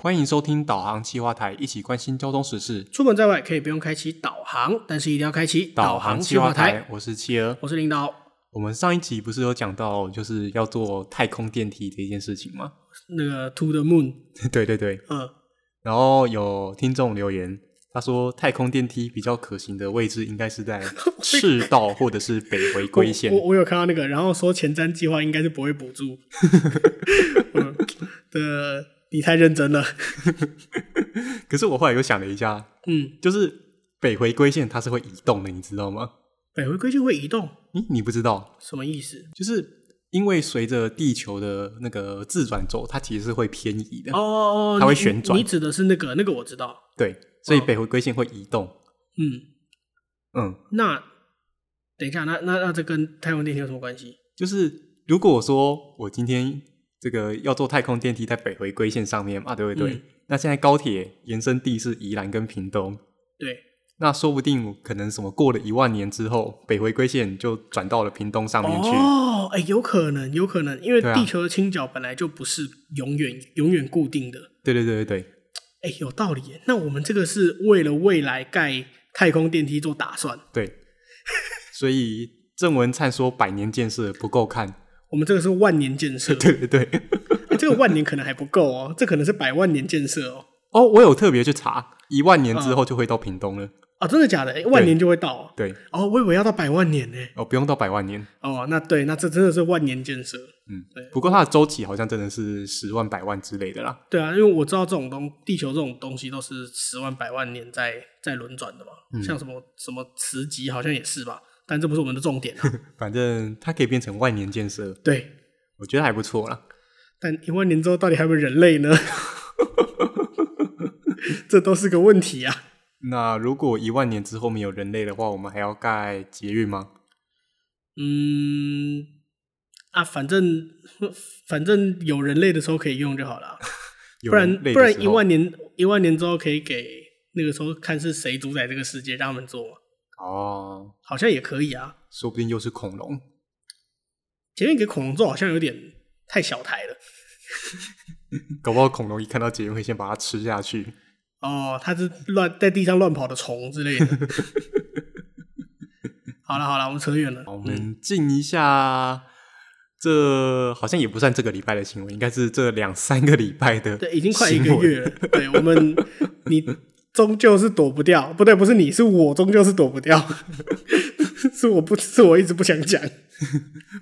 欢迎收听导航企划台，一起关心交通时事。出门在外可以不用开启导航，但是一定要开启航企划划台，。我是企鹅。我是领导，我们上一集不是有讲到，就是要做太空电梯这件事情吗？ 那个 To the Moon，对对对。呃，然后有听众留言，他说太空电梯比较可行的位置应该是在赤道或者是北回归线 我。我我有看到那个，然后说前瞻计划应该是不会补助。 嗯，的，你太认真了。可是我后来又想了一下，嗯，就是北回归线它是会移动的，你知道吗？北回归线会移动，咦，你不知道？什么意思？就是因为随着地球的那个自转轴，它其实是会偏移的。哦哦，哦它会你旋转你指的是那个那个我知道。对，所以哦北回归线会移动。嗯，嗯，那等一下，那那那这跟太空电梯有什么关系？就是如果我说我今天这个要坐太空电梯在北回归线上面嘛，对不对？嗯那现在高铁延伸地是宜兰跟屏东，对，那说不定可能什么过了一万年之后，北回归线就转到了屏东上面去。哦，哎、有可能，有可能，因为对啊地球的倾角本来就不是永远永远固定的。对对对对对，哎、有道理耶。那我们这个是为了未来盖太空电梯做打算，对，所以郑文灿说百年建设不够看，。我们这个是万年建 设对对对。哎这个万年可能还不够哦，这可能是百万年建设哦。哦，我有特别去查，一万年嗯之后就会到屏东了。啊，真的假的？哎，万年就会到哦。对，哦，我以为要到百万年呢。哦，不用到百万年。哦，那对，那这真的是万年建设。嗯对，不过它的周期好像真的是十万、百万之类的啦。对啊，因为我知道这种东，地球这种东西都是十万百万年在在轮转的嘛，嗯像什么什么磁极好像也是吧，但这不是我们的重点啊。 反正它可以变成万年建设，对，我觉得还不错啦。但一万年之后到底还有没有人类呢？ 这都是个问题啊。那如果一万年之后没有人类的话，我们还要盖捷运吗？嗯，啊，反正反正有人类的时候可以用就好了啊，有不然人类的不然时一候万年一万年之后可以给那个时候看是谁主宰这个世界，让他们做嘛，哦，好像也可以啊。说不定又是恐龙。前面给恐龙做好像有点太小台了。搞不好恐龙一看到捷运会先把它吃下去。哦，它是乱在地上乱跑的虫之类的。 好了好了，我们扯远了。好，我们进一下，这好像也不算这个礼拜的新闻，应该是这两三个礼拜的。对，已经快一个 月了。对我们，你终究是躲不掉，不对，不是你，是我终究是躲不掉， 是我不是我一直不想讲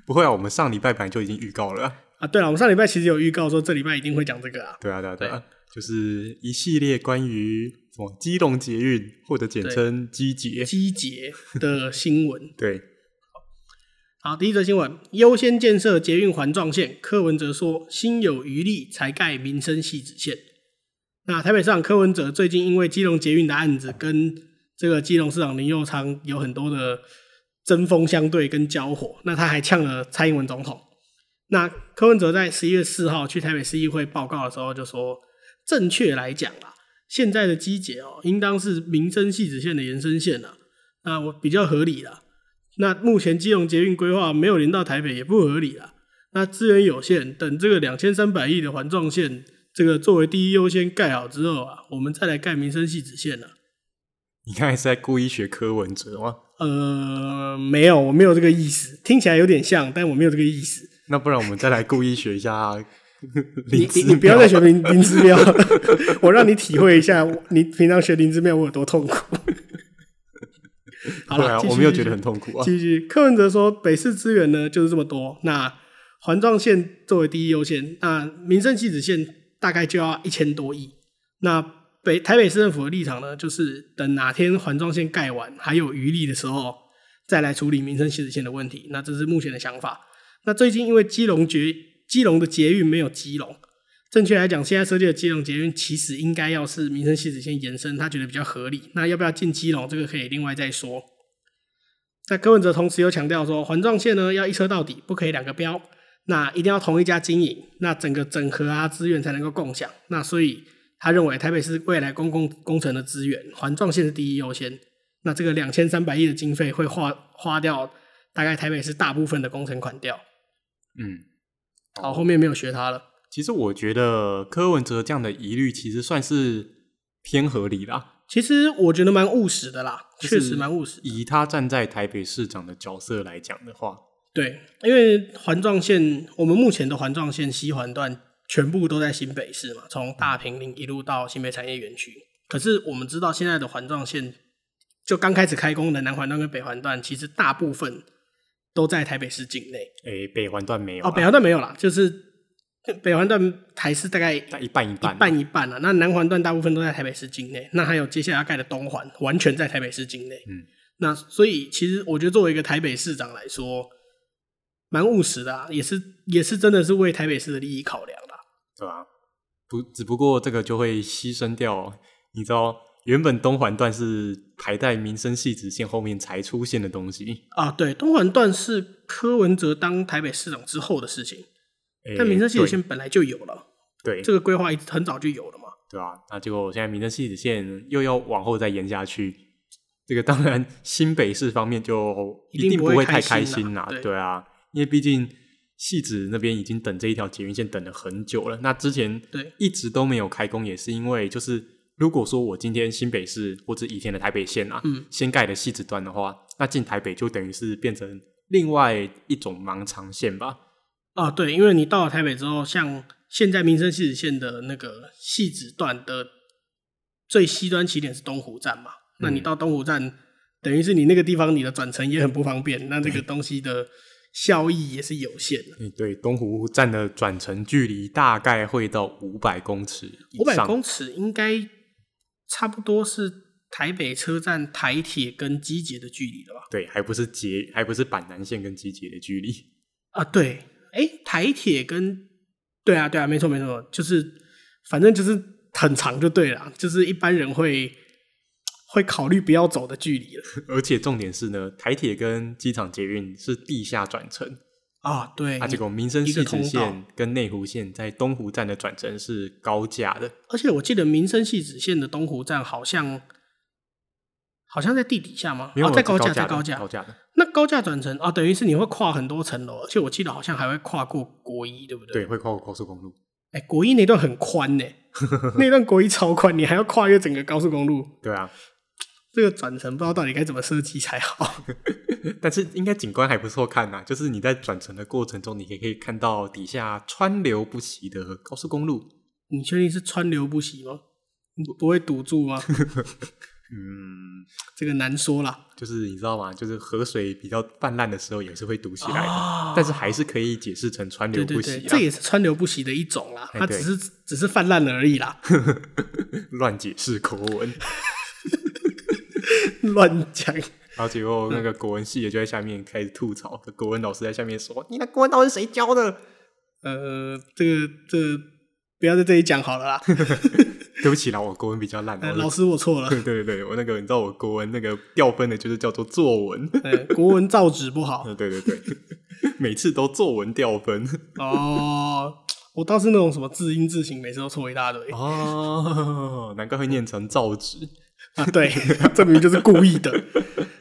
不会啊，我们上礼拜本来就已经预告了啊。啊。对了，我们上礼拜其实有预告说这礼拜一定会讲这个啊。对啊，对啊，对啊，就是一系列关于什么基隆捷运或者简称基捷。机捷的新闻，对，好，第一则新闻，优先建设捷运环状线，柯文哲说心有余力才盖民生系指线。那台北市长柯文哲最近因为基隆捷运的案子，跟这个基隆市长林佑昌有很多的针锋相对跟交火，那他还呛了蔡英文总统。那柯文哲在十一月四号去台北市议会报告的时候就说，正确来讲啊，现在的基捷哦，应当是民生系指线的延伸线了、啊，那我比较合理啦。那目前基隆捷运规划没有连到台北也不合理啦。那资源有限，等这个两千三百亿的环状线这个作为第一优先盖好之后啊，我们再来盖民生系子线了。你刚才是在故意学柯文哲吗？呃，没有，我没有这个意思，听起来有点像，但我没有这个意思。那不然我们再来故意学一下 你林你志你不要妙再学林林之妙了， 我让你体会一下我你平常学林之妙我有多痛苦。 好对了，啊，继续我没有继觉续得很痛苦啊。继续，柯文哲说，北市资源呢就是这么多，那环状线作为第一优先，那民生系子线大概就要一千多亿。那北台北市政府的立场呢，就是等哪天环状线盖完还有余力的时候，再来处理民生系子线的问题。那这是目前的想法。那最近因为基隆捷基隆的捷运没有基隆，正确来讲，现在设计的基隆捷运其实应该要是民生系子线延伸，他觉得比较合理。那要不要进基隆，这个可以另外再说。那柯文哲同时又强调说，环状线呢要一车到底，不可以两个标，那一定要同一家经营，那整个整合啊资源才能够共享。那所以他认为台北市未来公共工程的资源，环状线是第一优先。那这个两千三百亿的经费会花花掉大概台北市大部分的工程款掉。嗯，好，后面没有学他了。其实我觉得柯文哲这样的疑虑，其实算是偏合理啦。其实我觉得蛮务实的啦，就是确实蛮务实。以他站在台北市长的角色来讲的话，对，因为环状线，我们目前的环状线西环段全部都在新北市嘛，从大平林一路到新北产业园区。可是我们知道，现在的环状线就刚开始开工的南环段跟北环段，其实大部分都在台北市境内。诶，北环段没有啊哦，啦北环段没有啦，就是北环段台是大概一但一半一半，半一半啊。那南环段大部分都在台北市境内，那还有接下来要盖的东环，完全在台北市境内。嗯，那所以其实我觉得作为一个台北市长来说，蛮务实的、啊，也是也是真的是为台北市的利益考量啦。对吧？不，只不过这个就会牺牲掉，哦你知道，原本东环段是排在民生系直线后面才出现的东西，啊，对，东环段是柯文哲当台北市长之后的事情，诶但民生系统对线本来就有了，对这个规划一直很早就有了嘛。对吧、那结果现在民生系直线又要往后再延下去，这个当然新北市方面就一定定不不会会太开开心心啦对对啊，因为毕竟戏子那边已经等这一条捷运线等了很久了。那之前对一直都没有开工，也是因为就是如果说我今天新北市或者以前的台北县啊，嗯，先盖的戏子段的话，那进台北就等于是变成另外一种盲肠线吧？啊，对，因为你到了台北之后，像现在民生西子线的那个细子段的最西端起点是东湖站嘛，那你嗯到东湖站，等于是你那个地方你的转乘也很不方便，那这个东西的效益也是有限的。嗯，对，东湖站的转乘距离大概会到五百公尺以五百上。公尺应该差不多是台北车站台铁跟机捷的距离了吧？对，还不是捷，还不是板南线跟机捷的距离。 啊，对，哎，台铁跟对啊，对啊，没错没错，就是反正就是很长就对了，就是一般人会会考虑不要走的距离了而且重点是呢，台铁跟机场捷运是地下转乘，啊。对，啊，结果民生一系直个通道线跟内湖线在东湖站的转乘是高架的，而且我记得民生系子线的东湖站好像好像在地底下吗？没有、哦、在高高架，的在高高架。架的，那高架转乘啊，等于是你会跨很多层楼，而且我记得好像还会跨过国一，对不对？对，。会跨过高速公路。哎，国一那段很 宽呢、那段国一超宽，你还要跨越整个高速公路。对啊，这个转乘不知道到底该怎么设计才好。但是应该景观还不错看呐、就是你在转乘的过程中，你也可以看到底下川流不息的高速公路。你确定是川流不息吗？你不会堵住吗？ 嗯，这个难说啦。就是你知道吗？就是河水比较泛滥的时候，也是会堵起来的，啊但是还是可以解释成川流对对不对，息、啊这也是川流不息的一种啦，哎它只是只是泛滥了而 已啦，乱解释国文， 乱讲。然后结果那个国文系的就在下面开始吐槽，国文老师在下面说：“ 你的国文到底是谁教的呃，这个这个不要在这里讲好了啦，？”对不起啦，我国文比较烂。呃我老师我错了。 对 对对，我那个你知道我国文那个掉分的就是叫做作文， 呃，国文造纸不好呃对对对，每次都作文掉 分哦，我倒是那种什么字音字形，每次都错一大堆哦，难怪会念成造纸。啊。 对，这明明就是故意的。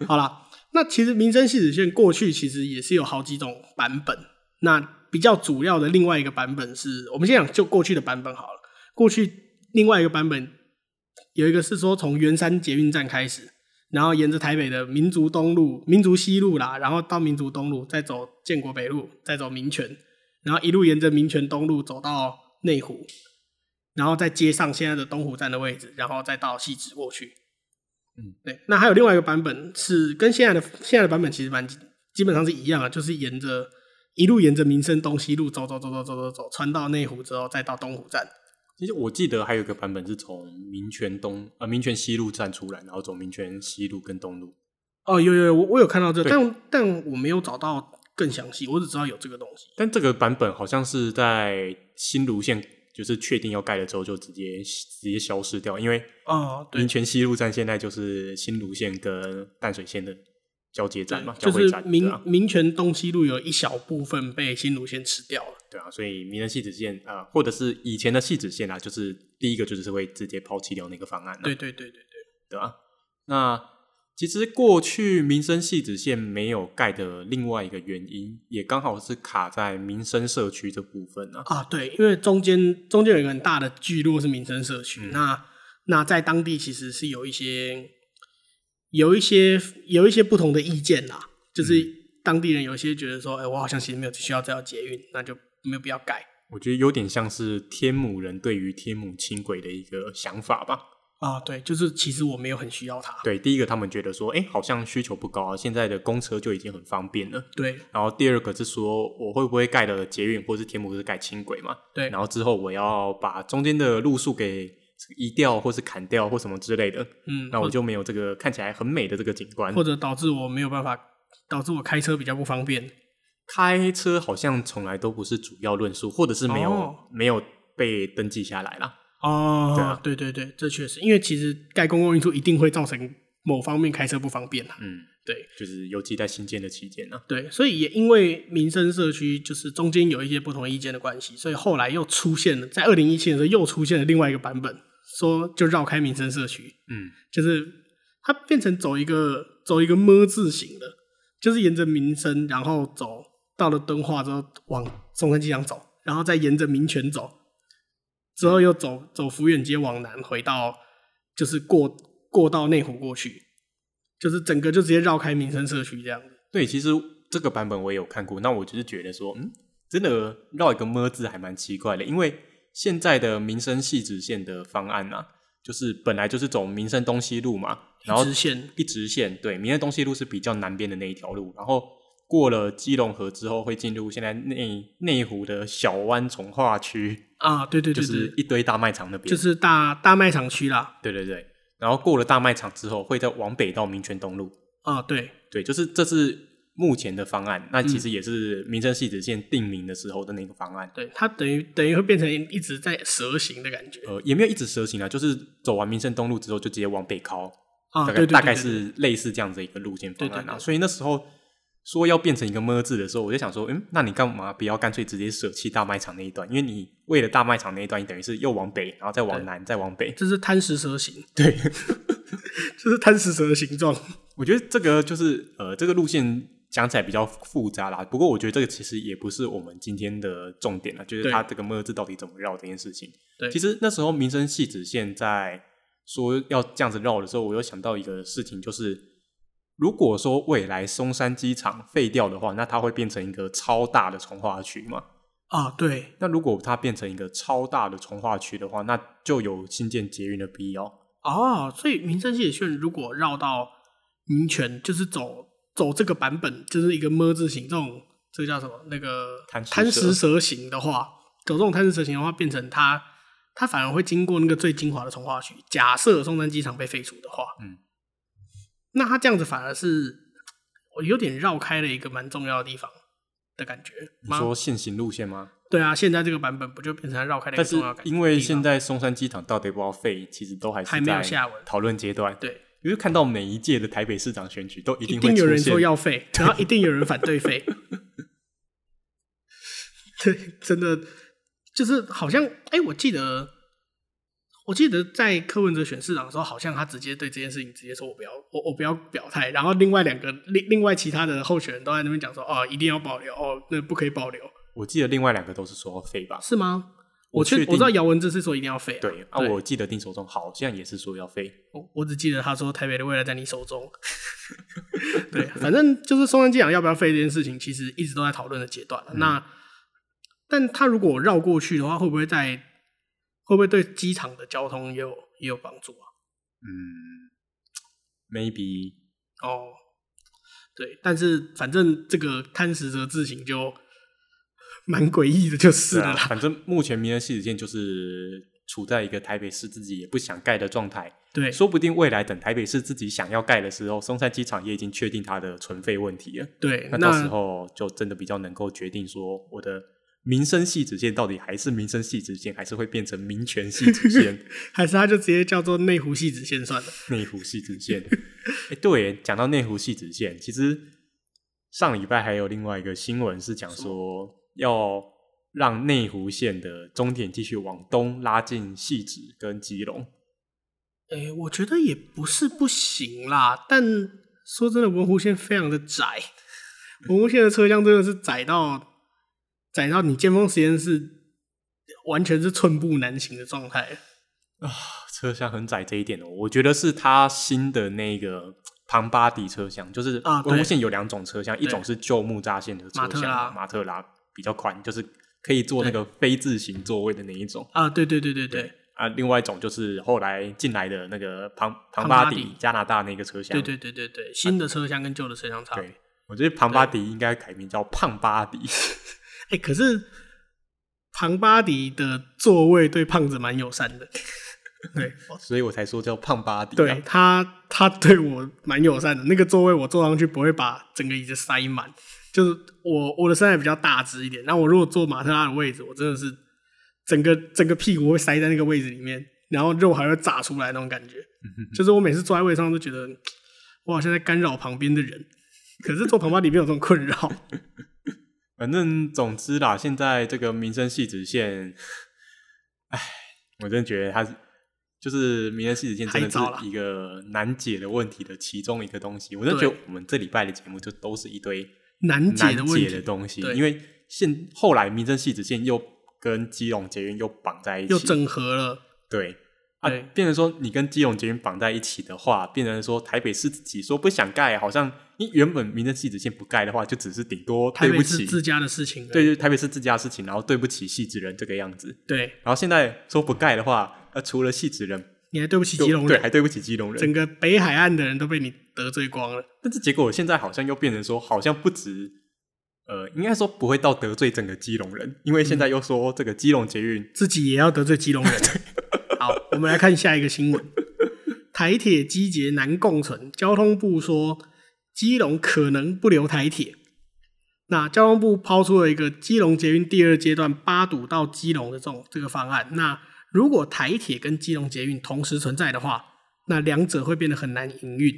好啦，那其实民生系子线过去其实也是有好几种版本。那比较主要的另外一个版本是，我们先讲就过去的版本好了。过去另外一个版本有一个是说从圆山捷运站开始，然后沿着台北的民族东路、民族西路啦，然后到民族东路，再走建国北路，再走民权，然后一路沿着民权东路走到内湖，然后再接上现在的东湖站的位置，然后再到汐止过去。对，那还有另外一个版本是跟现在的现在的版本其实蛮基本上是一样啊，就是沿着一路沿着民生东西路走走走走走走走，穿到内湖之后再到东湖站。其实我记得还有一个版本是从民权东呃民权西路站出来，然后走民权西路跟东路。哦，有有有，我我有看到这个，对但但我没有找到更详细，我只知道有这个东西。但这个版本好像是在新芦线就是确定要盖了之后就直接直接消失掉，因为哦，对民，权西路站现在就是新芦线跟淡水线的交接站嘛，就交汇是站，民对啊，民权东西路有一小部分被新芦线吃掉了。对啊，所以民人系子线啊、呃或者是以前的系子线啊，就是第一个就是会直接抛弃掉那个方案、啊，对对对对对，对吧、那其实过去民生系子线没有盖的另外一个原因，也刚好是卡在民生社区这部分啊。啊，对，因为中间中间有一个很大的聚落是民生社嗯区，那那在当地其实是有一些有一些有一些不同的意见啦，就是嗯当地人有一些觉得说，哎、我好像其实没有需要这条捷运，那就没有必要改我觉得有点像是天母人对于天母轻轨的一个想法吧。啊，对，就是其实我没有很需要它，对，第一个他们觉得说，哎、好像需求不高啊，现在的公车就已经很方便了。对然后第二个是说，我会不会盖了捷运或是天母是盖轻轨嘛？对然后之后我要把中间的路数给移掉，或是砍掉，或什么之类的，嗯，那我就没有这个看起来很美的这个景观或。者导致我没有办法，导致我开车比较不方便，开车好像从来都不是主要论述，或者是没有、哦没有被登记下来啦。哦对啊对对对，这确实，因为其实盖公共运输一定会造成某方面开车不方便啊。嗯，对，就是尤其在新建的期间呢、啊，对，所以也因为民生社区就是中间有一些不同意见的关系，所以后来又出现了，在二零一七年的时候又出现了另外一个版本，说就绕开民生社区，嗯，就是它变成走一个走一个么字形的，就是沿着民生，然后走到了敦化之后往松山机场走，然后再沿着民权走，之后又走走福远街往南回到就是过过到内湖过去，就是整个就直接绕开民生社区这样子。对，其实这个版本我也有看过，那我就是觉得说，嗯，真的绕一个么字还蛮奇怪的，因为现在的民生系直线的方案啊，就是本来就是走民生东西路嘛，然后直线一直线，对，民生东西路是比较南边的那一条路，然后过了基隆河之后会进入现在内内湖的小湾从化区，啊，对对就对是一对，堆大卖场那边，就是大大卖场区啦，对对对，然后过了大卖场之后会再往北到民权东路，啊，对对，就是这是目前的方案，那其嗯实也是民生系直线定名的时候的那个方案。对，它等于等于会变成一直在蛇形的感觉呃，也没有一直蛇行啊，就是走完民生东路之后就直接往北靠，啊，大对概对对大概对对是类似这样子一个路线方案啊。对对对所以那时候说要变成一个么字的时候，我就想说，嗯，那你干嘛不要干脆直接舍弃大卖场那一段？因为你为了大卖场那一段，你等于是又往北，然后再往南，再往北。这是贪食蛇形，对， 这是贪食蛇的形状，我觉得这个就是呃，这个路线讲起来比较复杂啦。不过我觉得这个其实也不是我们今天的重点了，就是对它这个么字到底怎么绕这件事情。对其实那时候民生系子线在说要这样子绕的时候，我又想到一个事情，就是如果说未来松山机场废掉的话，那它会变成一个超大的从化区嘛？啊，对那如果它变成一个超大的从化区的话，那就有新建捷运的必要。哦，所以民生系的炫如果绕到民权，就是走走这个版本，就是一个么字形这种，这个叫什么？那个贪食蛇贪食蛇形的话，走这种贪食蛇形的话，变成它它反而会经过那个最精华的从化区。假设松山机场被废除的话，嗯，那它这样子反而是我有点绕开了一个蛮重要的地方的感觉你吗？说现行路线吗？对啊，现在这个版本不就变成它绕开了一个但是重要的感觉？因为现在松山机场到底要不要废，其实都还是还没有在下文讨论阶段。对。因为看到每一届的台北市长选举都一一定定会出有人说现，要 废，然后一定有人反对废。对，真的就是好像，哎、我记得，我记得在柯文哲选市长的时候，好像他直接对这件事情直接说我不要，我我不要表态。然后另外两个另另外其他的候选人都在那边讲说，哦，一定要保留，哦，那不可以保留，我记得另外两个都是说要废吧？是吗？我我确确定我知道姚文智是说一定要废、啊，对啊，我记得丁守中好像也是说要废。我我只记得他说台北的未来在你手 中。对，反正就是松山机场要不要废这件事情，其实一直都在讨论的阶段了。嗯那，但他如果绕过去的话，会不会在会不会对机场的交通也有也有帮助啊？嗯，maybe 哦，对，但是反正这个贪食蛇自行就蛮诡异的，就是对了啊啦。反正目前民生系子线就是处在一个台北市自己也不想盖的状态，对，说不定未来等台北市自己想要盖的时候，松山机场也已经确定它的存废问题了。对，那到时候就真的比较能够决定说我的民生系直线到底还是民生系直线，还是会变成民权系直线、还是他就直接叫做内湖系子线算了。内湖系直线。哎、对耶，讲到内湖系直线，其实上礼拜还有另外一个新闻是讲说要让内湖线的终点继续往东拉进细指跟基隆。诶，我觉得也不是不行啦，但说真的，文湖线非常的窄，文湖线的车厢真的是窄到窄到你尖峰时间是完全是寸步难行的状态。车厢很窄这一点哦，我觉得是它新的那个庞巴迪车厢，就是啊对文湖线有两种车厢，一种是旧木栅线的车厢，马特拉马特拉比较宽，就是可以坐那个非自行座位的那一种啊，对对对对对啊。另外一种就是后来进来的那个庞庞庞巴巴迪迪加拿大那个车厢，对对对对对，新的车厢跟旧的车厢差别。对我觉得庞巴迪应该改名叫胖巴迪，哎、可是庞巴迪的座位对胖子蛮友善的， 对 所以我才说叫胖巴迪、啊。对，他他对我蛮友善的。那个座位我坐上去不会把整个椅子塞满，就是我我的身材比较大只一点，那我如果坐马特拉的位置，我真的是整个整个屁股会塞在那个位置里面，然后肉还会炸出来那种感觉。嗯就是我每次坐在位上都觉得我好像在干扰旁边的人，可是坐庞巴迪没有这种困 扰。反正总之啦，现在这个民生系直线，唉，我真的觉得它是就是民生系直线真的太糟了是一个难解的问题的其中一个东西。我真的觉得对我们这礼拜的节目就都是一堆难解难的问解题的东西，对因为现后来民生系直线又跟基隆捷运又绑在一起，又整合了。对。啊对，变成说你跟基隆捷运绑在一起的话，变成说台北市自己说不想盖，好像你原本民生系直线不盖的话，就只是顶多台对北不是起自家的事情了。对，就是台北市自家的事情，然后对不起戏子人这个样子。对，然后现在说不盖的话，呃，除了戏子人，你还对不起就基隆对，人，还对不起基隆人。整个北海岸的人都被你得罪光了。但是结果现在好像又变成说，好像不止，呃，应该说不会到得罪整个基隆人，因为嗯现在又说这个基隆捷运，自己也要得罪基隆人。好，我们来看下一个新闻：台铁机捷难共存，交通部说基隆可能不留台铁。那交通部抛出了一个基隆捷运第二阶段八堵到基隆的这种这个方案。那如果台铁跟基隆捷运同时存在的话，那两者会变得很难营运，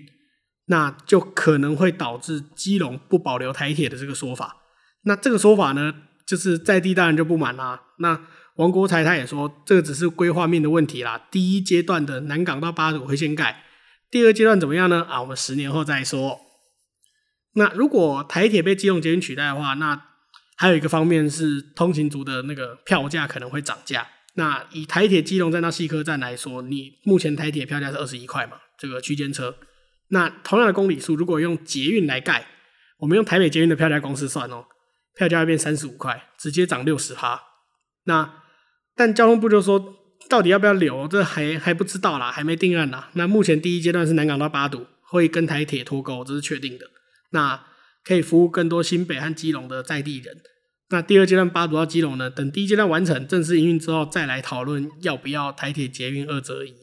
那就可能会导致基隆不保留台铁的这个说法。那这个说法呢，就是在地当然就不满啦。那王国才他也说，这个只是规划面的问题啦。第一阶段的南港到八堵会先盖，第二阶段怎么样呢？啊，我们十年后再说。那如果台铁被基隆捷运取代的话，那还有一个方面是通勤族的那个票价可能会涨价。那以台铁基隆站到西科站来说，你目前台铁票价是二十一块嘛，这个区间车。那同样的公里数，如果用捷运来盖，我们用台北捷运的票价公式算哦，票价会变三十五块，直接涨六十趴。那但交通部就说，到底要不要留，这还还不知道啦，还没定案啦。那目前第一阶段是南港到八堵，会跟台铁脱钩，这是确定的。那可以服务更多新北和基隆的在地人。那第二阶段八堵到基隆呢？等第一阶段完成正式营运之后，再来讨论要不要台铁捷运二择一。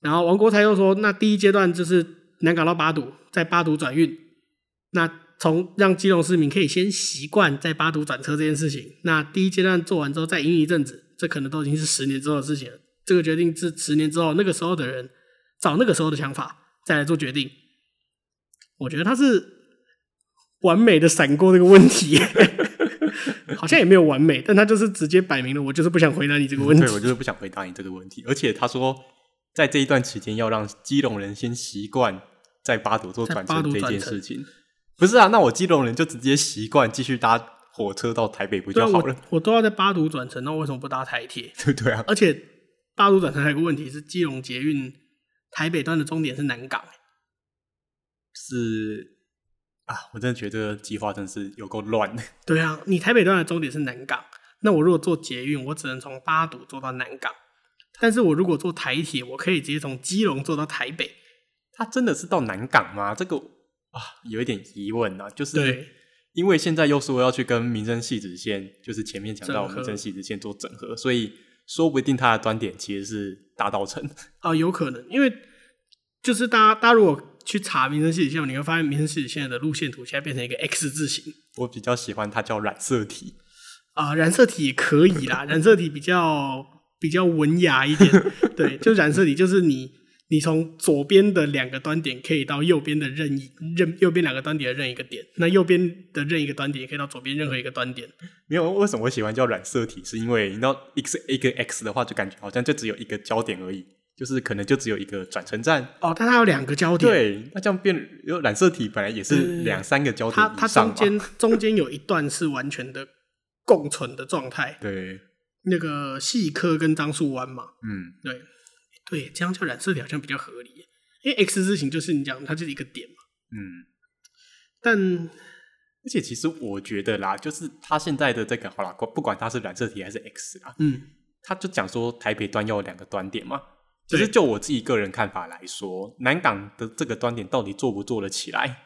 然后王国才又说，那第一阶段就是南港到八堵，在八堵转运，那从让基隆市民可以先习惯在八堵转车这件事情，那第一阶段做完之后再营运一阵子，这可能都已经是十年之后的事情了。这个决定是十年之后那个时候的人找那个时候的想法再来做决定。我觉得他是完美的闪过这个问题， 好像也没有完美，但他就是直接摆明了，我就是不想回答你这个问题对。我就是不想回答你这个问题。而且他说，在这一段期间要让基隆人先习惯在八堵做在转八乘堵这件转乘事情。不是啊，那我基隆人就直接习惯继续搭火车到台北不对啊，就好我了？我都要在八堵转乘，那我为什么不搭台铁？对不对啊？而且八堵转乘还有个问题是，基隆捷运台北段的终点是南港，是啊，我真的觉得这个计划真是有够乱的。对啊，你台北段的终点是南港，那我如果坐捷运，我只能从八堵坐到南港，但是我如果坐台铁，我可以直接从基隆坐到台北。他真的是到南港吗？这个啊，有一点疑问啊，就是对因为现在又说要去跟民生系子线，就是前面讲到整合民生系子线做整合，所以说不定它的端点其实是大道城。啊、有可能，因为就是大家大家如果去查民生系统线，你会发现民生系统线的路线图现在变成一个 X 字形。 我比较喜欢它叫染色体，啊、染色体也可以啦，染色体比较比较文雅一点。对，就染色体就是你你从左边的两个端点可以到右边的任意任右边两个端点的任一个点，那右边的任一个端点也可以到左边任何一个端点。没有为什么我喜欢叫染色体，是因为你知道 x 一个 x 的话，就感觉好像就只有一个焦点而已，就是可能就只有一个转乘站。哦，但它有两个交点，对，那这样变有染色体本来也是两三个焦点它它以上中嘛。间中间有一段是完全的共存的状态，对，那个细科跟樟树湾嘛，嗯，对对，这样叫染色体好像比较合理，因为 X 字形就是你讲它就是一个点嘛，嗯，但而且其实我觉得啦，就是他现在的这个好啦，不管它是染色体还是 X 啦，嗯他就讲说台北端要有两个端点嘛。其实对就我自己个人看法来说，南港的这个端点到底做不做得起来？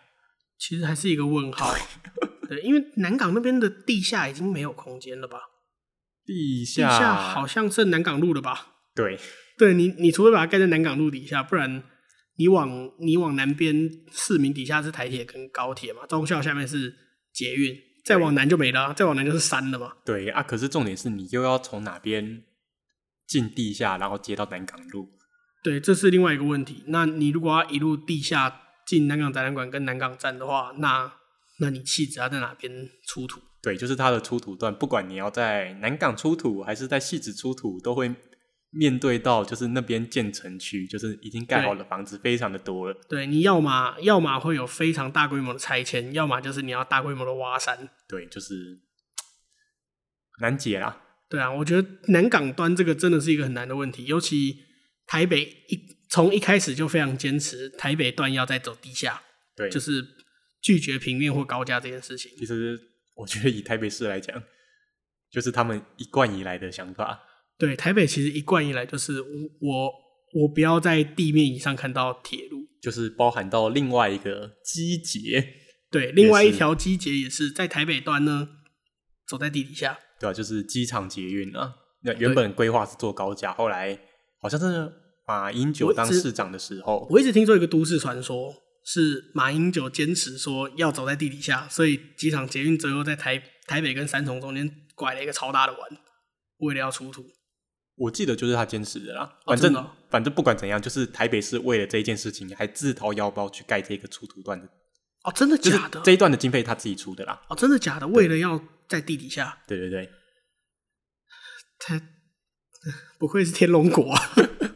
其实还是一个问号， 对，因为南港那边的地下已经没有空间了吧，地地下下好像剩南港路了吧，对，对你，你除非把它盖在南港路底下，不然你往你往南边市民底下是台铁跟高铁嘛，中校下面是捷运，再往南就没了啊、再往南就是山了嘛。对啊，可是重点是你又要从哪边进地下，然后接到南港路？对，这是另外一个问题。那你如果要一路地下进南港展览馆跟南港站的话，那那你气质要在哪边出土？对，就是它的出土段，不管你要在南港出土还是在戏子出土，都会面对到就是那边建成区，就是已经盖好的房子非常的多了。对，你要么要么会有非常大规模的拆迁，要么就是你要大规模的挖山。对，就是难解啦。对啊，我觉得南港端这个真的是一个很难的问题，尤其台北一从一开始就非常坚持台北段要再走地下，对，就是拒绝平面或高架这件事情。其实我觉得以台北市来讲，就是他们一贯以来的想法。对，台北其实一贯以来就是我我我不要在地面以上看到铁路。就是包含到另外一个机节，对，另外一也是条机捷也是在台北端呢，走在地底下。对吧、啊就是机场捷运啊。那原本规划是做高架，后来好像是马英九我当只市长的时候，我一直听说一个都市传说，是马英九坚持说要走在地底下，所以机场捷运最后在台台北跟三重中间拐了一个超大的弯，为了要出土。我记得就是他坚持的啦。哦反正、真的哦反正不管怎样，就是台北市为了这一件事情，还自掏腰包去盖这个出土段的，哦，真的就是假的？这一段的经费他自己出的啦。哦，真的假的？为了要在地底下，对对对，他 不愧是天龙国啊！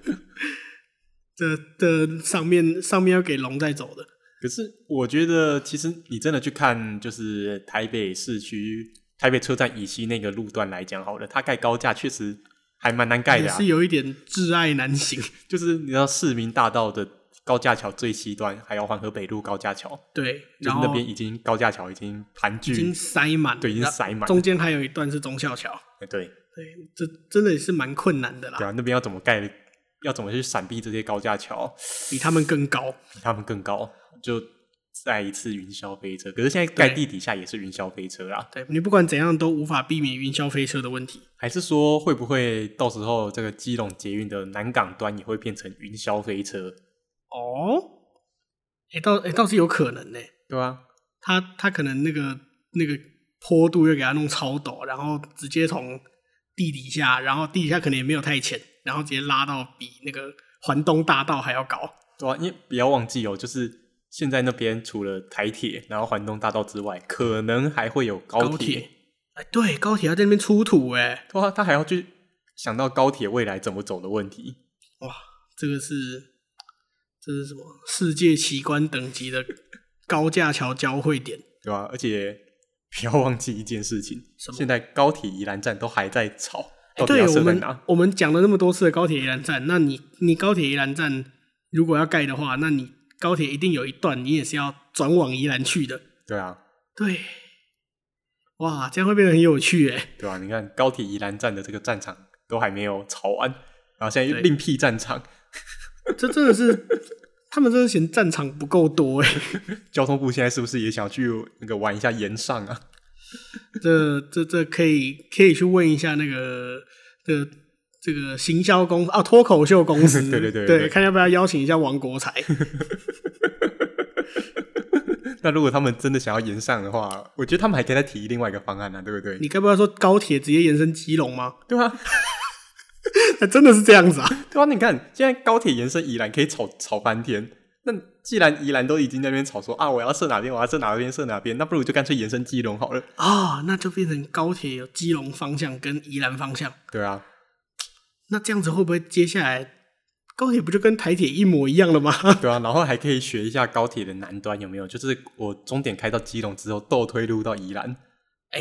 这这上面上面要给龙在走的，可是我觉得，其实你真的去看，就是台北市区台北车站以西那个路段来讲好了，它盖高架确实还蛮难盖也的、啊是，有一点挚爱难 行。就是你知道市民大道的高架桥最西端，还有环河北路高架桥，对，就然是后那边已经高架桥已经盘已经踞，塞满，对，已经然后塞满了，中间还有一段是忠孝桥。对。对，这真的也是蛮困难的啦，对啊，那边要怎么盖，要怎么去闪避这些高架桥，比他们更高。比他们更高，就再一次云霄飞车。可是现在盖地底下也是云霄飞车啦，对你不管怎样都无法避免云霄飞车的问题。还是说会不会到时候这个基隆捷运的南港端也会变成云霄飞车？哦，哎、倒哎、倒是有可能呢、对啊，他他可能那个那个坡度又给他弄超陡，然后直接从地底下，然后地底下可能也没有太浅，然后直接拉到比那个环东大道还要高。对啊，因为不要忘记哦，就是。现在那边除了台铁，然后环东大道之外，可能还会有高高铁，哎、对，高铁要在那边出土、哎，对啊，他还要去想到高铁未来怎么走的问题。这个是这是什么世界奇观等级的高架桥交汇点。对吧、而且不要忘记一件事情什，么现在高铁宜兰站都还在吵，哎到底要对我设在们哪？我们讲了那么多次的高铁宜兰站，那你你高铁宜兰站如果要盖的话，那你高铁一定有一段你也是要转往宜兰去的。对啊，对，哇，这样会变得很有趣哎。对啊，你看高铁宜兰站的这个战场都还没有吵完，然后现在又对另辟战场，这真的是他们真的嫌战场不够多哎。交通部现在是不是也想去那个玩一下延上啊？ 这这这可以可以去问一下那个这个这个行销公司啊，脱口秀公司， 对对对对对对看要不要邀请一下王国才。那如果他们真的想要延上的话，我觉得他们还可以再提另外一个方案啊，对不对？你该不要说高铁直接延伸基隆吗？ 对啊， 哎真的是这样子啊？对啊，你看现在高铁延伸宜兰可以吵吵翻天。那既然宜兰都已经在那边吵说啊，我要设哪边，我要设哪边，设哪边，那不如就干脆延伸基隆好了。啊、那就变成高铁有基隆方向跟宜兰方向。对啊，那这样子会不会接下来高铁不就跟台铁一模一样了吗？ 对啊，然后还可以学一下高铁的南端有没有？就是我终点开到基隆之后，倒推路到宜兰。 哎、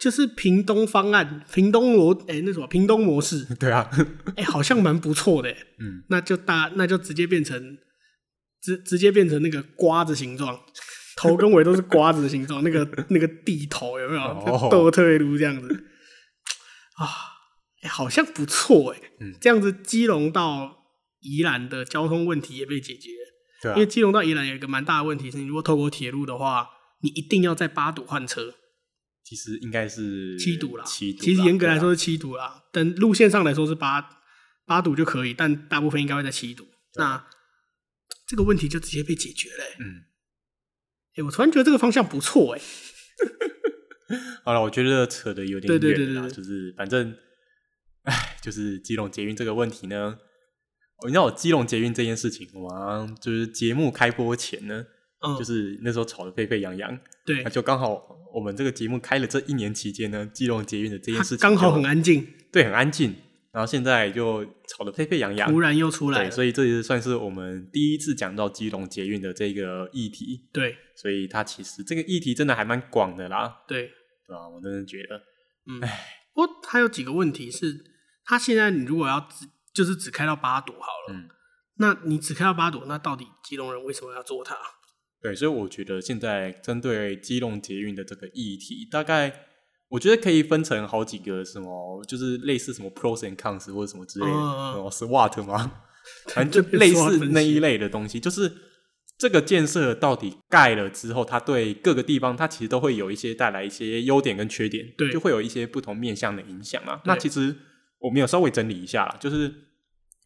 就是屏东方案，屏东模，哎、那什么，屏东模式，对啊， 哎、好像蛮不错的、欸。嗯，那就大，那就直接变成直直接变成那个瓜子形状，头跟尾都是瓜子的形状，那个那个地头有没有？哦就豆退路这样子啊、哎好像不错哎、嗯这样子基隆到宜兰的交通问题也被解决了。对啊因为，基隆到宜兰有一个蛮大的问题是，你如果透过铁路的话，你一定要在八堵换车，其实应该是七堵啦。七堵啦。其实严格对啊来说，是七堵啦，等路线上来说是八八堵就可以，但大部分应该会在七堵。那这个问题就直接被解决了、欸。啊嗯，哎、我突然觉得这个方向不错哎、好了，我觉得扯的有点对远对对了啦对对就是反正， 唉，就是基隆捷运这个问题呢，你知道我基隆捷运这件事情，我好像就是节目开播前呢，嗯，就是那时候吵得沸沸扬扬，对那，就刚好我们这个节目开了这一年期间呢，基隆捷运的这件事情刚好就很安静，对很安静，然后现在就吵得沸沸扬扬突，然又出来对，了。所以这也算是我们第一次讲到基隆捷运的这个议题，对所以它其实这个议题真的还蛮广的啦，对，对吧、我真的觉得，嗯。不过它有几个问题是，它现在你如果要只就是只开到八堵好了，嗯，那你只开到八堵，那到底基隆人为什么要做它？对，所以我觉得现在针对基隆捷运的这个议题，大概我觉得可以分成好几个什么，就是类似什么 pros and cons 或者什么之类的，嗯嗯嗯哦，SWOT 吗？反 正就类似那一类的东西，就是这个建设到底盖了之后，它对各个地方，它其实都会有一些带来一些优点跟缺点，对就会有一些不同面向的影响啊。那其实我们有稍微整理一下啦，就是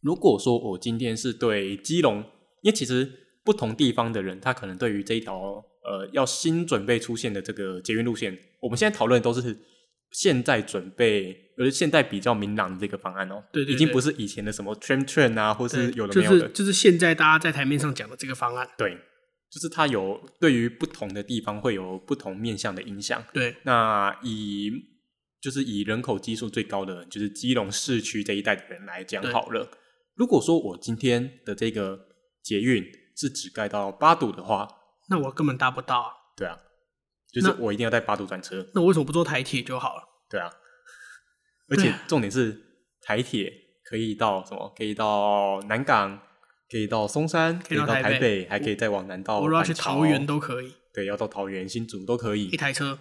如果说我今天是对基隆，因为其实不同地方的人，他可能对于这一条呃要新准备出现的这个捷运路线，我们现在讨论的都是现在准备，而现在比较明朗的这个方案哦、对对已经对不是以前的什么 tram train 啊，或是对，有的就没有的，是就是现在大家在台面上讲的这个方案，对，就是它有对于不同的地方会有不同面向的影响。对那以就是以人口基数最高的，就是基隆市区这一带的人来讲对好了。如果说我今天的这个捷运是只盖到八堵的话，那我根本搭不到、啊，对啊，就是那我一定要在八堵转车，那我为什么不坐台铁就好了？对啊。而对且啊重点是台铁可以到什么？可以到南港，可以到松山，可以到到台台北北，还可以再往南到我如果要哦板去桥桃园都可以，对，要到桃园、新竹都可以一。台车，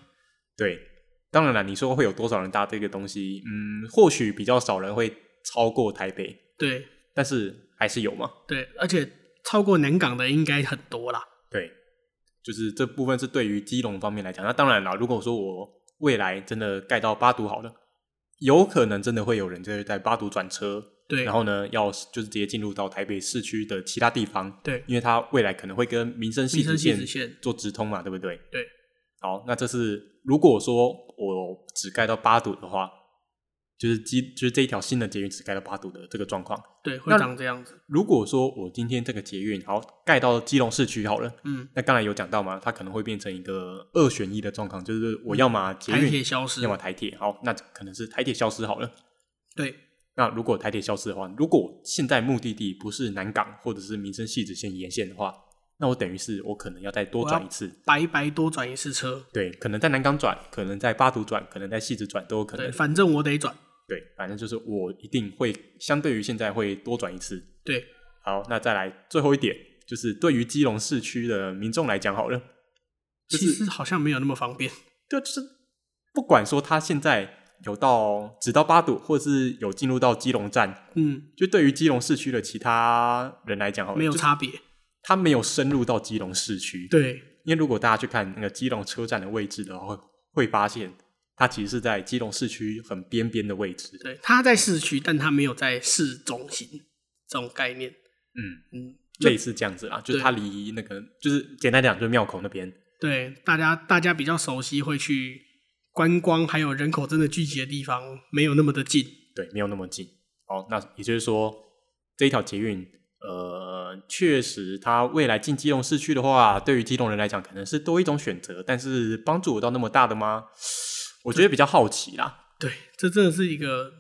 对，当然了，你说会有多少人搭这个东西？嗯，或许比较少人会超过台北，对但是还是有嘛。对，而且超过南港的应该很多啦，对，就是这部分是对于基隆方面来讲。那当然了，如果说我未来真的盖到八堵好了，有可能真的会有人就是在八堵转车，对，然后呢，要就是直接进入到台北市区的其他地方，对因为它未来可能会跟民生系民直生系线直线，做直通嘛，对不对？对。好，那这是如果说我只盖到八堵的话，就是基就是这一条新的捷运只盖到八堵的这个状况。对，那会长这样子，如果说我今天这个捷运好盖到基隆市区好了，嗯，那刚才有讲到嘛，它可能会变成一个二选一的状况，就是我要么捷台铁运，消失要，么台铁。好，那可能是台铁消失好了。对那如果台铁消失的话，如果现在目的地不是南港或者是民生系直线沿线的话，那我等于是我可能要再多我要转一次，白白多转一次车，对，可能在南港转，可能在八堵转，可能在戏子转都有可能对，。反正我得转，对，反正就是我一定会相对于现在会多转一次。对，好，那再来最后一点，就是对于基隆市区的民众来讲好了，就其是实好像没有那么方便，对，就是不管说他现在有到只到八堵，或是有进入到基隆站，嗯，就对于基隆市区的其他人来讲好了，没有哦就是差别，他没有深入到基隆市区。对因为如果大家去看那个基隆车站的位置的话，会会发现它其实是在基隆市区很边边的位置。对，它在市区，但它没有在市中心这种概念，嗯，嗯，类似这样子啦，就是它离那个，就是简单讲，就是庙口那边。对，大家大家比较熟悉，会去观光，还有人口真的聚集的地方，没有那么的近。对，没有那么近。哦，那也就是说，这一条捷运，呃，确实，它未来进基隆市区的话，对于基隆人来讲，可能是多一种选择，但是帮助有到那么大的吗？我觉得比较好奇啦。对，这真的是一个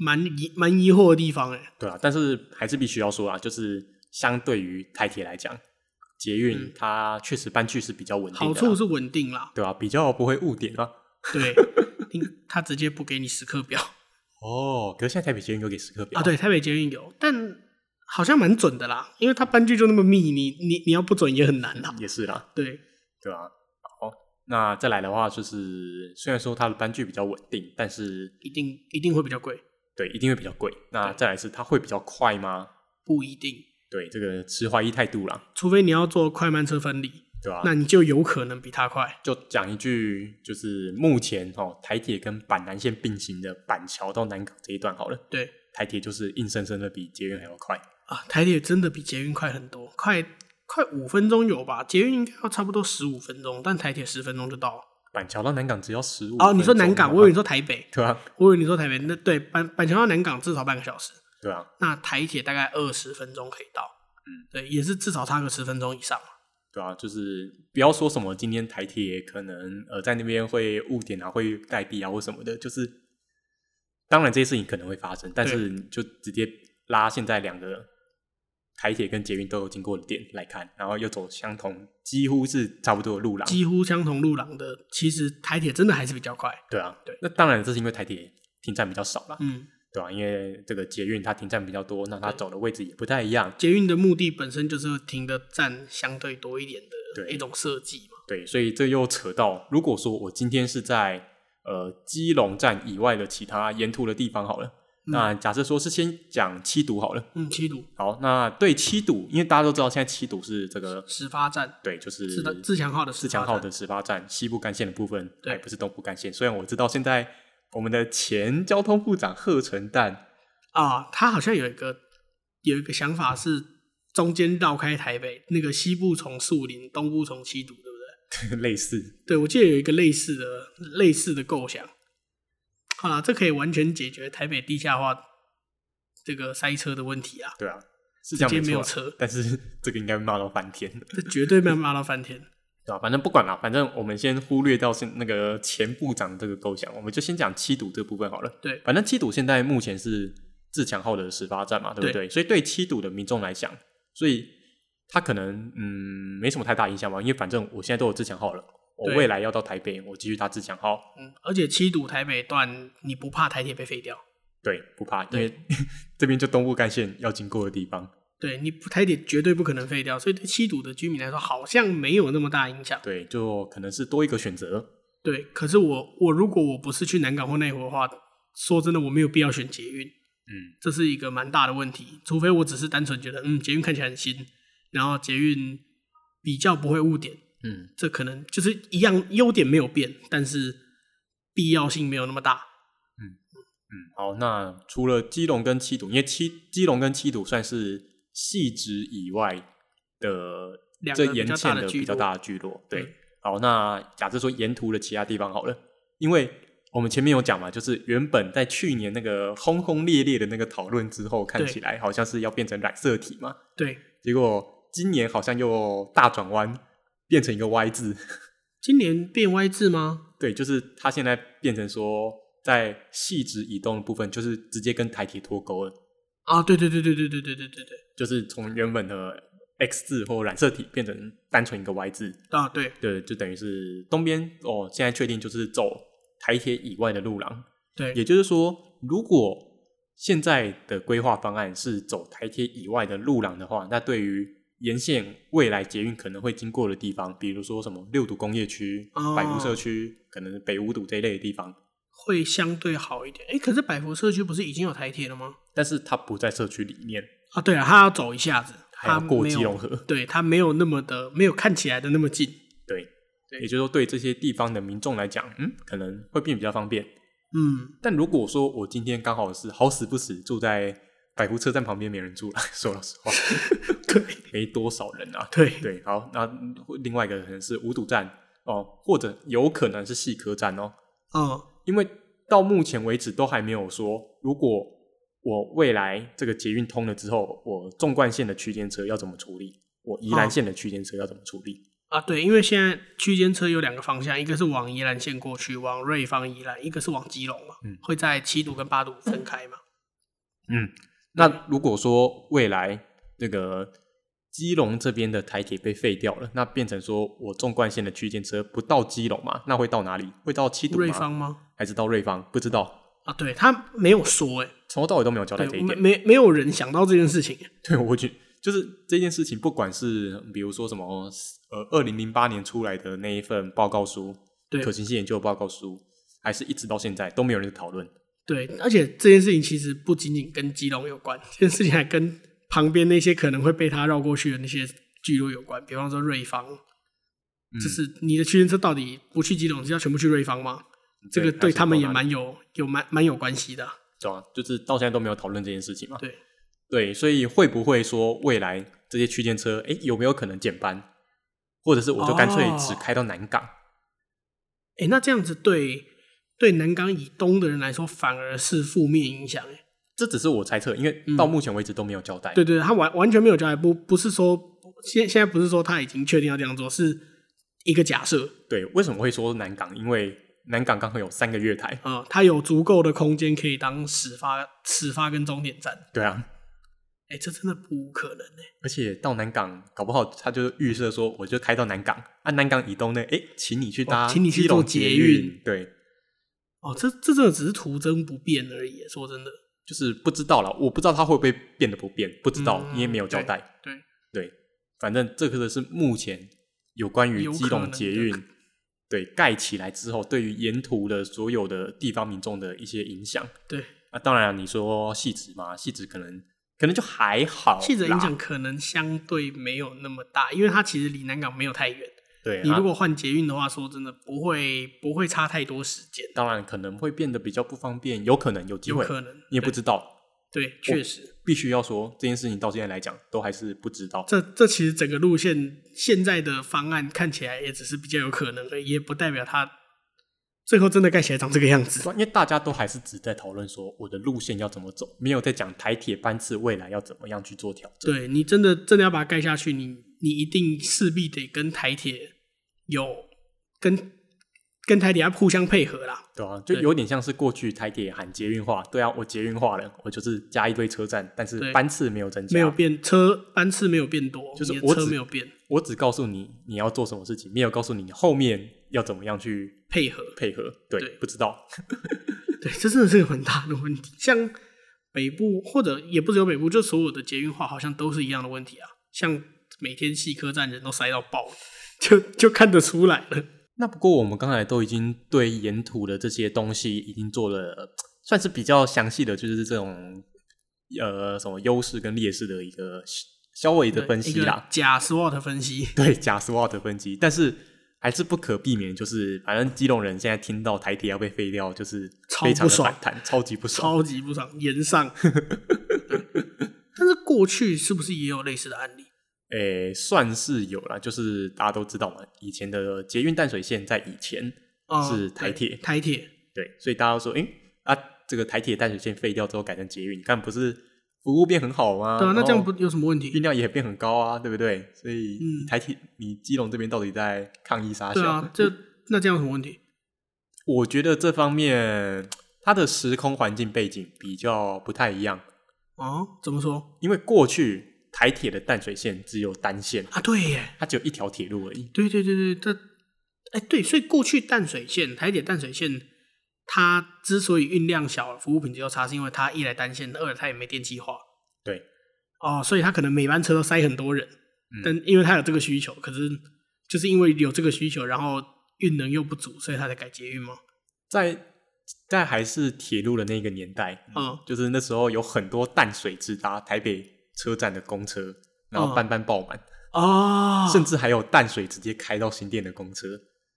蛮疑蛮疑惑的地方哎、对啊，但是还是必须要说啊，就是相对于台铁来讲，捷运它确实班距是比较稳定的啦，嗯啊好处是稳定啦，对啊，比较不会误点啊。 对，因他直接不给你时刻表哦，可是现在台北捷运有给时刻表啊，，对，台北捷运有，但好像蛮准的啦，因为它班距就那么密，你你你要不准也很难啦。也是啦，对，对啊，好，那再来的话就是，虽然说它的班距比较稳定，但是一定一定会比较贵，对一定会比较贵。那再来是它会比较快吗？不一定，对，这个持怀疑态度啦，除非你要做快慢车分离，对吧、那你就有可能比它快。就讲一句，就是目前哦，台铁跟板南线并行的板桥到南港这一段好了，对台铁就是硬生生的比捷运还要快。啊，台铁真的比捷运快很多，快快五分钟有吧？捷运应该要差不多十五分钟，但台铁十分钟就到了。板桥到南港只要十五。哦，你说南港，我以为你说台北，对啊，我以为你说台北，那对板板桥到南港至少半个小时，对啊，那台铁大概二十分钟可以到，嗯，对，也是至少差个十分钟以上。对啊，就是不要说什么今天台铁可能呃在那边会误点啊，会代币啊或什么的，就是当然这些事情可能会发生，但是你就直接拉现在两个台铁跟捷运都有经过的点来看，然后又走相同，几乎是差不多的路廊，几乎相同路廊的，其实台铁真的还是比较快。对啊，对那当然这是因为台铁停站比较少啦，嗯，对啊，因为这个捷运它停站比较多，那它对走的位置也不太一样，捷运的目的本身就是停的站相对多一点的对一种设计嘛。对，所以这又扯到，如果说我今天是在呃基隆站以外的其他沿途的地方好了，那假设说是先讲七堵好了。嗯，七堵好，那对七堵，因为大家都知道现在七堵是这个始发站，对，就是自自强号的始自强号发站的始发站西部干线的部分，哎对还不是东部干线。虽然我知道现在我们的前交通部长贺成旦， 啊，他好像有一个有一个想法是中间绕开台北，那个西部从树林，东部从七堵，对不对？类似对，我记得有一个类似的类似的构想。好啦，这可以完全解决台北地下化这个塞车的问题啊！对啊，是这样直接没错有啊车但是 这个应该会骂到翻天。这绝对没有骂到翻天。对吧、反正不管啦，反正我们先忽略到是那个前部长这个构想，我们就先讲七堵这部分好了。对反正七堵现在目前是自强号的始发站嘛，对不对？所以对七堵的民众来讲，所以他可能嗯没什么太大影响吧，因为反正我现在都有自强号了，我对未来要到台北，我继续搭自强号，嗯，而且七堵台北段，你不怕台铁被废掉？对，不怕，因为 这边就东部干线要经过的地方，对你不台铁绝对不可能废掉，所以对七堵的居民来说好像没有那么大影响。对，就可能是多一个选择。对，可是我我如果我不是去南港或内湖的话，说真的我没有必要选捷运，嗯，这是一个蛮大的问题。除非我只是单纯觉得，嗯，捷运看起来很新，然后捷运比较不会误点，嗯，这可能就是一样优点没有变，但是必要性没有那么大。嗯，好，那除了基隆跟七堵，因为七基隆跟七堵算是细直以外的两这个沿比较线大的聚比较落大的聚落。对，嗯好，那假设说沿途的其他地方好了，因为我们前面有讲嘛，就是原本在去年那个轰轰烈烈的那个讨论之后，看对起来好像是要变成染色体嘛，对，结果今年好像又大转弯，变成一个 Y 字。今年变 Y 字吗？对，就是它现在变成说在细直移动的部分，就是直接跟台铁脱钩了。啊，对对对对对对对对对对，就是从原本的 X 字或染色体变成单纯一个 Y 字，啊对，对，就等于是东边哦，现在确定就是走台铁以外的路廊，对，也就是说，如果现在的规划方案是走台铁以外的路廊的话，那对于沿线未来捷运可能会经过的地方，比如说什么六堵工业区、哦百福社区，可能北五堵这一类的地方，会相对好一点。哎，可是百福社区不是已经有台铁了吗？但是它不在社区里面，啊，对了，他要走一下子，还要它过哦没有基隆河，对他没有那么的，没有看起来的那么近。对，对也就是说对这些地方的民众来讲，嗯，可能会变比较方便。嗯，但如果说我今天刚好是好死不死住在百福车站旁边，没人住了， 说老 实话，对没多少人啊。对对，好，那另外一个可能是五堵站哦，或者有可能是细科站哦，嗯，因为到目前为止都还没有说，如果我未来这个捷运通了之后，我纵贯线的区间车要怎么处理，我宜兰哦线的区间车要怎么处理？啊，对，因为现在区间车有两个方向，一个是往宜兰县过去，往瑞芳宜兰；一个是往基隆嘛，嗯会在七堵跟八堵分开嘛。嗯，那如果说未来这个基隆这边的台铁被废掉了，那变成说我纵贯线的区间车不到基隆嘛，那会到哪里？会到七堵瑞吗？芳吗？还是到瑞芳？不知道，啊，对他没有说、欸，从头到尾都没有交代哎，这对，一没点。 没没有人想到这件事情。欸对，我觉就是这件事情，不管是比如说什么，呃，二零零八年出来的那一份报告书，对可行性研究报告书，还是一直到现在都没有人讨论。对，而且这件事情其实不仅仅跟基隆有关，这件事情还跟旁边那些可能会被他绕过去的那些聚落有关，比方说瑞芳，嗯就是你的区间车到底不去基隆，是要全部去瑞芳吗？这个对还是他们到也哪里蛮有有蛮蛮有关系的啊。对啊，就是到现在都没有讨论这件事情嘛。对，对，所以会不会说未来这些区间车，哎，有没有可能减班，或者是我就干脆哦只开到南港？哎，那这样子对对南港以东的人来说，反而是负面影响。诶这只是我猜测，因为到目前为止都没有交代。嗯对对，他完完全没有交代，不不是说现现在不是说他已经确定要这样做，是一个假设。对为什么会说南港？因为南港刚好有三个月台。啊、它有足够的空间可以当始发、始发跟终点站。对啊，哎、这真的不可能哎、 而且到南港，搞不好他就预设说，我就开到南港，啊，南港以东呢，哎，请你去搭哦请你去基隆坐捷捷运对，哦，这这真的只是徒增不变而已耶。说真的，就是不知道了，我不知道他会不会变得不变，不知道，嗯你也没有交代。对，对，反正这个是目前有关于有基可隆能捷的运对盖起来之后，对于沿途的所有的地方民众的一些影响。对，那、当然，你说细致嘛，细致可能可能就还好啦，细则影响可能相对没有那么大，因为它其实离南港没有太远。对。你那如果换捷运的话，说真的不会不会差太多时间，当然可能会变得比较不方便，有可能有机有会，可能你也不知道。对，确实，必须要说这件事情到现在来讲，都还是不知道。这这其实整个路线现在的方案看起来也只是比较有可能而已，也不代表它最后真的盖起来长这个样子。 因为大家都还是只在讨论说我的路线要怎么走，没有在讲台铁班次未来要怎么样去做调整。对你真的真的要把它盖下去，你你一定势必得跟台铁有跟跟台铁要互相配合啦。对啊，就对有点像是过去台铁喊捷运化，对啊，我捷运化了，我就是加一堆车站，但是对班次没有增加，没有，变车班次没有变多，啊就是你的我车只没有变我只告诉你你要做什么事情，没有告诉你后面要怎么样去配合。配合，对，对不知道， 对，这真的是个很大的问题。像北部或者也不只有北部，就所有的捷运化好像都是一样的问题啊。像每天细科站人都塞到爆，就就看得出来了。那不过我们刚才都已经对沿途的这些东西已经做了，呃算是比较详细的，就是这种呃什么优势跟劣势的一个稍微的分析一啦个。假 SWOT 分析，对假 SWOT 分析，但是还是不可避免，就是反正基隆人现在听到台铁要被废掉，就是超非常不的爽反弹，超级不爽。超级不爽，延上。对但是过去是不是也有类似的案例？诶、算是有啦，就是大家都知道嘛，以前的捷运淡水线在以前，啊，是台铁对台铁对，所以大家都说，诶、啊，这个台铁淡水线废掉之后改成捷运，你看不是服务变很好吗？对啊，那这样然后不有什么问哦运题？量也变很高啊，对不对？所以嗯台铁，你基隆这边到底在抗议啥？对啊，这那这样有什么问题？我觉得这方面它的时空环境背景比较不太一样，哦，怎么说因为过去台铁的淡水线只有单线，啊？对耶，它只有一条铁路而已。对对对对，这哎对，所以过去淡水线台铁淡水线，它之所以运量小，服务品质又差，是因为它一来单线，二来它也没电气化对，哦，所以它可能每班车都塞很多人，嗯但因为它有这个需求，可是就是因为有这个需求，然后运能又不足，所以它才改捷运吗？在在还是铁路的那个年代，嗯，就是那时候有很多淡水直达台北车站的公车，然后嗯班班爆满，哦，甚至还有淡水直接开到新店的公车。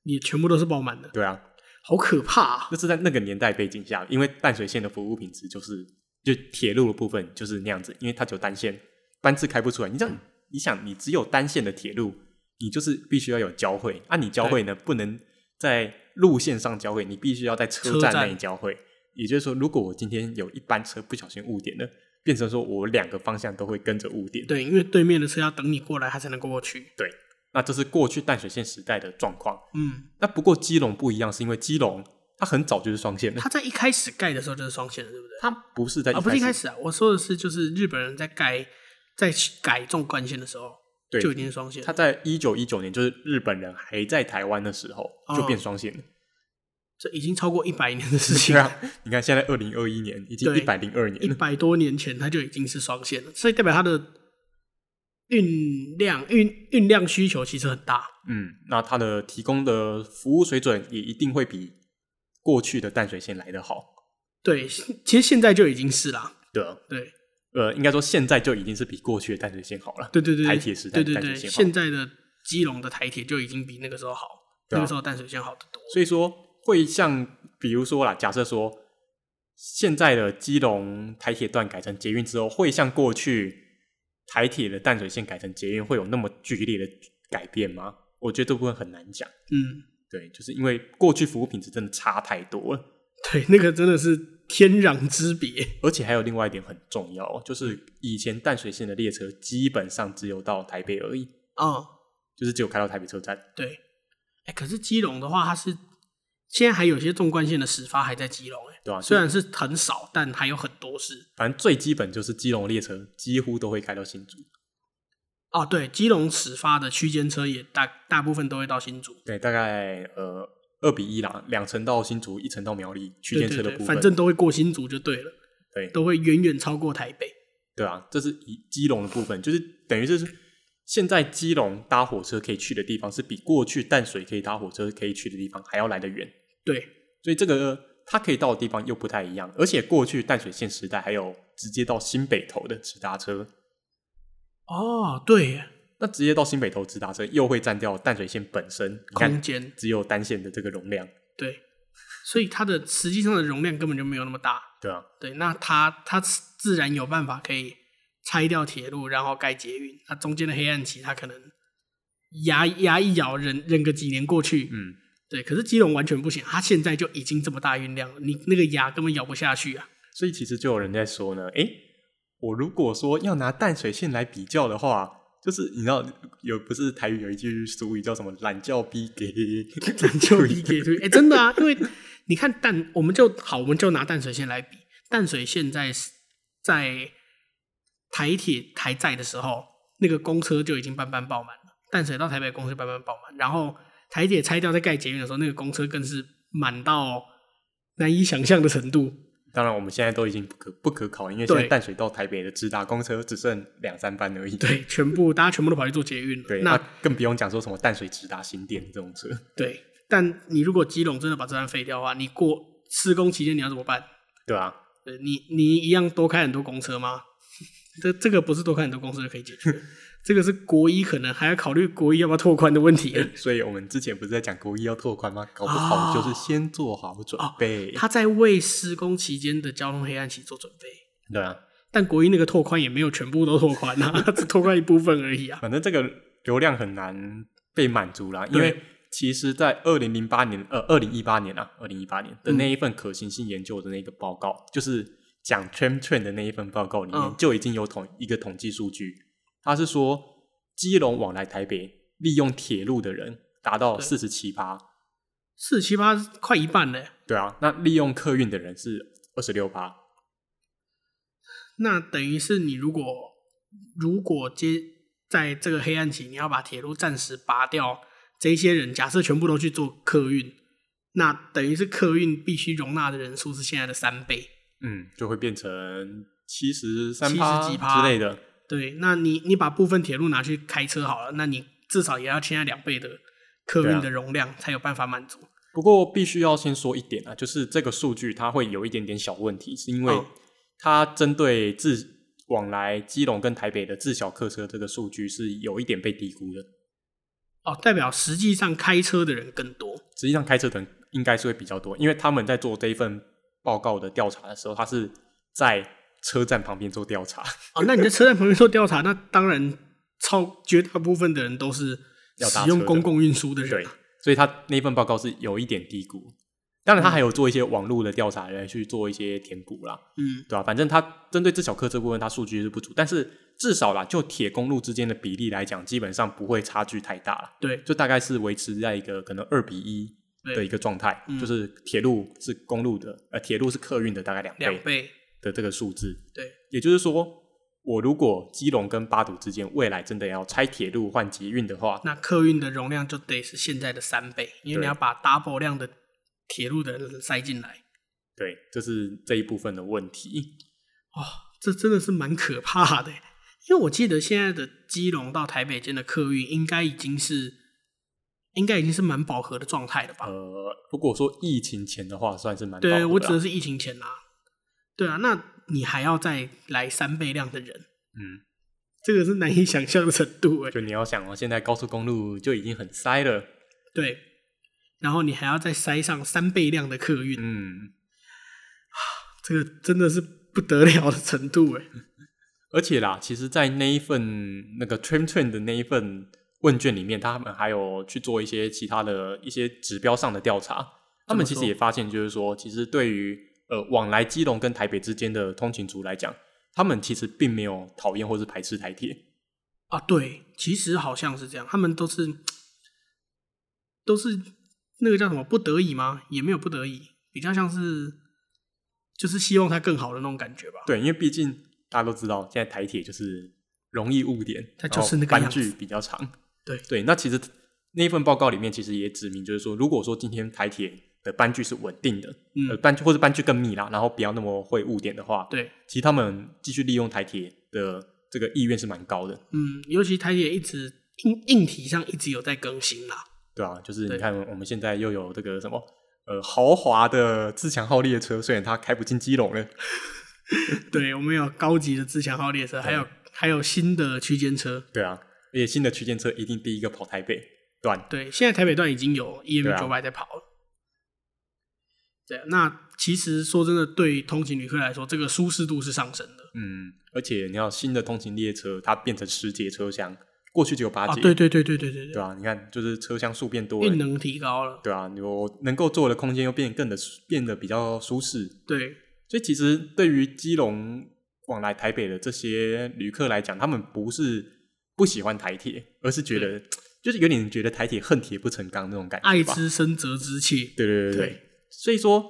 你全部都是爆满的，对啊，好可怕、啊！那是在那个年代背景下，因为淡水线的服务品质就是就铁路的部分就是那样子，因为它只有单线，班次开不出来。你嗯这样，你想，你只有单线的铁路，你就是必须要有交汇。啊，你交汇呢，不能在路线上交汇，你必须要在车站车站内交汇。也就是说，如果我今天有一班车不小心误点了，变成说我两个方向都会跟着误点。对，因为对面的车要等你过来，他才能过去。对，那这是过去淡水线时代的状况。嗯，那不过基隆不一样，是因为基隆它很早就是双线了，它在一开始盖的时候就是双线的，对不对？它不是在啊，不是一开始，始啊，我说的是就是日本人在盖在改纵贯线的时候对就已经是双线它，在一九一九年，就是日本人还在台湾的时候哦就变双 线了。这已经超过一百年的事情对了，啊，你看现在二零二一年已经一对百零二年一了，百多年前它就已经是双线了，所以代表它的运量运运量需求其实很大。嗯，那它的提供的服务水准也一定会比过去的淡水线来得好。对，其实现在就已经是啦。对啊，对呃，应该说现在就已经是比过去的淡水线好了。对对对，台铁时代对对淡水对，线好现在的基隆的台铁就已经比那个时候好，对啊那个时候淡水线好得多。所以说会像比如说啦，假设说现在的基隆台铁段改成捷运之后，会像过去台铁的淡水线改成捷运会有那么剧烈的改变吗？我觉得这部分很难讲。嗯，对，就是因为过去服务品质真的差太多了，对，那个真的是天壤之别。而且还有另外一点很重要哦，就是以前淡水线的列车基本上只有到台北而已，嗯，就是只有开到台北车站。对。哎、可是基隆的话，它是现在还有些纵贯线的始发还在基隆、哎，对啊虽然是很少，但还有很多是。反正最基本就是基隆列车几乎都会开到新竹，哦，对，基隆始发的区间车也大大部分都会到新竹，对，大概呃二比一啦，两层到新竹，一层到苗栗区对间车对的部，对分，反正都会过新竹就对了，对都会远远超过台北。对啊，这是以基隆的部分，就是等于就是现在基隆搭火车可以去的地方，是比过去淡水可以搭火车可以去的地方还要来得远，对，所以这个它可以到的地方又不太一样，而且过去淡水线时代还有直接到新北投的直达车，哦，对耶，那直接到新北投直达车又会占掉淡水线本身，你空看间只有单线的这个容量，对，所以它的实际上的容量根本就没有那么大。对啊，对，那它它自然有办法可以拆掉铁路，然后盖捷运。那中间的黑暗期，它可能牙牙一咬，忍忍个几年过去。嗯，对，可是基隆完全不行，它现在就已经这么大运量了，你那个牙根本咬不下去啊。所以其实就有人在说呢，诶，我如果说要拿淡水线来比较的话，就是你知道有不是台语有一句俗语叫什么“懒觉逼 给”，篮球一给出去，哎、真 的啊，因为你看淡，我们就好，我们就拿淡水线来比，淡水线在在台铁还在的时候，那个公车就已经班班爆满了，淡水到台北公车班班爆满，然后台铁拆掉在盖捷运的时候，那个公车更是满到难以想象的程度。当然我们现在都已经不可不可考，因为现在对淡水到台北的直达公车只剩两三班而已。 对，全部大家全部都跑去做捷运了。对，那啊那更不用讲说什么淡水直达新店这种车。对，但你如果基隆真的把这段废掉的话，你过施工期间你要怎么办？对啊，对呃你你一样多开很多公车吗？ 这这个不是多开很多公车就可以解决的，这个是国一可能还要考虑国一要不要拓宽的问题了。所以我们之前不是在讲国一要拓宽吗？搞不好哦就是先做好准备。他在为施工期间的交通黑暗期做准备，对啊，但国一那个拓宽也没有全部都拓宽啊， 只拓宽一部分而已啊。反正这个流量很难被满足啦，因对为其实，在二零零八年，呃，二零一八年啊，二零一八年嗯的那一份可行性研究的那个报告，就是讲 Tram Train 的那一份报告里面，嗯就已经有统一个统计数据，它是说基隆往来台北利用铁路的人达到对四十七趴，四七八快一半了，对啊，那利用客运的人是二十六趴，那等于是你如果如果接在这个黑暗期，你要把铁路暂时拔掉，这些人假设全部都去做客运，那等于是客运必须容纳的人数是现在的三倍。嗯，就会变成七十三70几之趴类的，对，那你你把部分铁路拿去开车好了，那你至少也要现在两倍的客对啊运的容量才有办法满足。不过必须要先说一点啊，就是这个数据它会有一点点小问题，是因为嗯它针对自往来基隆跟台北的自小客车这个数据是有一点被低估的。哦，代表实际上开车的人更多。实际上开车的人应该是会比较多，因为他们在做这一份报告的调查的时候，他是在车站旁边做调查，哦，那你在车站旁边做调查，那当然超绝大部分的人都是要搭车使用的公共运输的人对啊。，所以他那份报告是有一点低估。当然，他还有做一些网络的调查来去做一些填补啦。嗯，对吧、反正它针对自小客这部分，它数据是不足，但是至少啦，就铁公路之间的比例来讲，基本上不会差距太大啦对，就大概是维持在一个可能二比一对嗯的一个状态，就是铁路是公路的，呃，铁路是客运的大概两两倍倍，的这个数字。对，也就是说，我如果基隆跟八堵之间未来真的要拆铁路换捷运的话，那客运的容量就得是现在的三倍，因为对你要把 double 量的铁路的人塞进来，对，这是这一部分的问题。哦，这真的是蛮可怕的。因为我记得现在的基隆到台北间的客运应该已经是，应该已经是蛮饱和的状态了吧？呃，如果说疫情前的话，算是蛮饱和对，的啊我指的啦是疫情前啦、啊对啊，那你还要再来三倍量的人，嗯，这个是难以想象的程度哎、就你要想哦，现在高速公路就已经很塞了，对，然后你还要再塞上三倍量的客运，嗯，这个真的是不得了的程度哎、而且啦，其实，在那一份那个 Train Train 的那一份问卷里面，他们还有去做一些其他的一些指标上的调查。他们其实怎么说也发现，就是说，其实对于呃往来基隆跟台北之间的通勤族来讲，他们其实并没有讨厌或是排斥台铁。啊，对，其实好像是这样，他们都是都是那个叫什么不得已吗？也没有不得已，比较像是就是希望它更好的那种感觉吧。对，因为毕竟大家都知道，现在台铁就是容易误点，它然就后是那个班样距子比较长。对对，那其实那一份报告里面其实也指明，就是说，如果说今天台铁的班距是稳定的，呃，嗯，班距或者班距更密啦，然后不要那么会误点的话，对，其实他们继续利用台铁的这个意愿是蛮高的，嗯，尤其台铁一直硬硬体上一直有在更新啦。对啊，就是你对看我们现在又有这个什么呃豪华的自强号列车，虽然它开不进基隆了，对，我们有高级的自强号列车，还有还有新的区间车。对啊，而且新的区间车一定第一个跑台北啊段，对，现在台北段已经有 EM 九对百在跑了。对啊，那其实说真的，对通勤旅客来说，这个舒适度是上升的。嗯，而且你要新的通勤列车，它变成十节车厢，过去只有八啊，节，对对对对对对对，对啊，你看就是车厢数变多运了，能提高了，对啊，我能够坐的空间又变更的变得比较舒适，对所以其实对于基隆往来台北的这些旅客来讲，他们不是不喜欢台铁，而是觉得就是有点觉得台铁恨铁不成钢那种感爱觉吧。之深责之切，对对对对，对所以说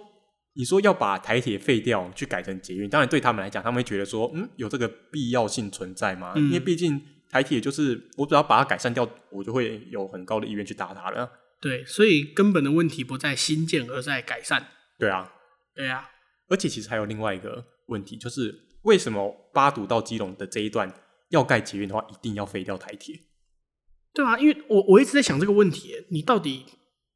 你说要把台铁废掉去改成捷运，当然对他们来讲，他们会觉得说，嗯，有这个必要性存在吗？嗯因为毕竟台铁就是我只要把它改善掉，我就会有很高的意愿去搭它了。对，所以根本的问题不在新建，而在改善。对啊，对啊，而且其实还有另外一个问题，就是为什么八堵到基隆的这一段要盖捷运的话，一定要废掉台铁？对啊，因为我我一直在想这个问题，你到底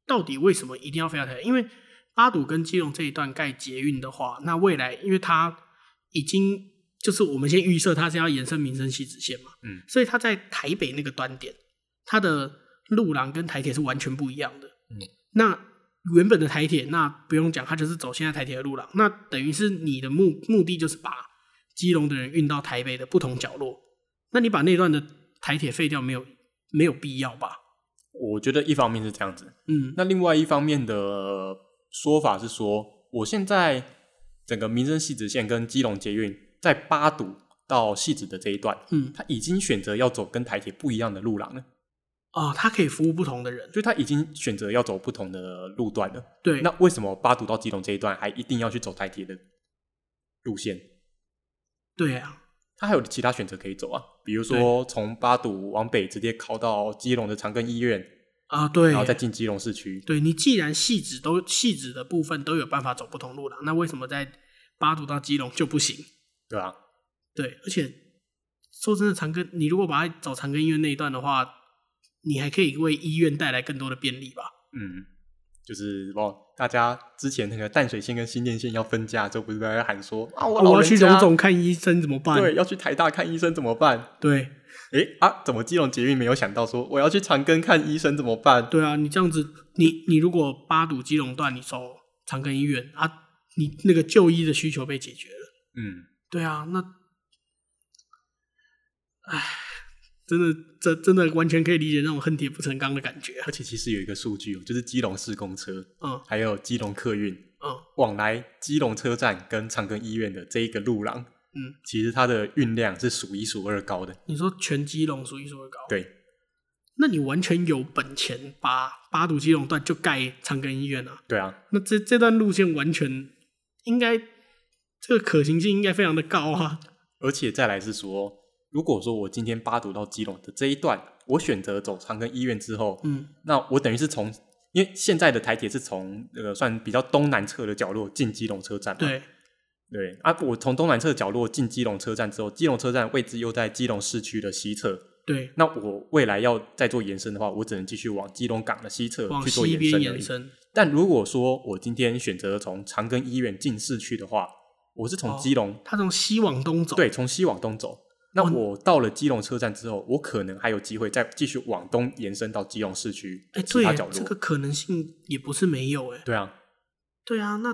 到底为什么一定要非要台？因为八堵跟基隆这一段盖捷运的话，那未来因为它已经就是我们先预设它是要延伸民生西直线嘛，嗯，所以它在台北那个端点，它的路廊跟台铁是完全不一样的，嗯，那原本的台铁那不用讲，它就是走现在台铁的路廊，那等于是你的目目的就是把基隆的人运到台北的不同角落，那你把那段的台铁废掉没有没有必要吧？我觉得一方面是这样子，嗯，那另外一方面的说法是说，我现在整个民生系直线跟基隆捷运在八堵到系直的这一段，嗯，它已经选择要走跟台铁不一样的路廊了，哦，它可以服务不同的人，就它已经选择要走不同的路段了。对，那为什么八堵到基隆这一段还一定要去走台铁的路线？对啊，它还有其他选择可以走啊，比如说从八堵往北直接靠到基隆的长庚医院，啊对然后，再进基隆市区。对你既然细致都细致的部分都有办法走不同路了，那为什么在八堵到基隆就不行？对啊，对，而且说真的，长庚你如果把它走长庚医院那一段的话，你还可以为医院带来更多的便利吧？嗯，就是哦，大家之前那个淡水线跟新店线要分家，之后不是在那喊说啊，我啊我老要人去家荣总看医生怎么办？对，要去台大看医生怎么办？对诶啊，怎么基隆捷运没有想到说我要去长庚看医生怎么办？对啊，你这样子，你你如果八堵基隆段你走长庚医院啊，你那个就医的需求被解决了。嗯，对啊，那，唉，真的，这真的完全可以理解那种恨铁不成钢的感觉啊。而且其实有一个数据哦，就是基隆市公车嗯还有基隆客运嗯往来基隆车站跟长庚医院的这一个路廊，嗯，其实它的运量是数一数二高的。你说全基隆数一数二高，对，那你完全有本钱把八堵基隆段就盖长庚医院啊。对啊，那这这段路线完全应该这个可行性应该非常的高啊。而且再来是说，如果说我今天八堵到基隆的这一段，我选择走长庚医院之后，嗯，那我等于是从，因为现在的台铁是从那个算比较东南侧的角落进基隆车站嘛，对，对啊，我从东南侧角落进基隆车站之后，基隆车站位置又在基隆市区的西侧，对，那我未来要再做延伸的话，我只能继续往基隆港的西侧往去做西延边伸而延已。伸，但如果说我今天选择从长庚医院进市区的话，我是从哦基隆、它从西往东走，对从西往东走。那哦我到了基隆车站之后，我可能还有机会再继续往东延伸到基隆市区哎，其对他角，落。这个可能性也不是没有，哎，对啊，对啊，那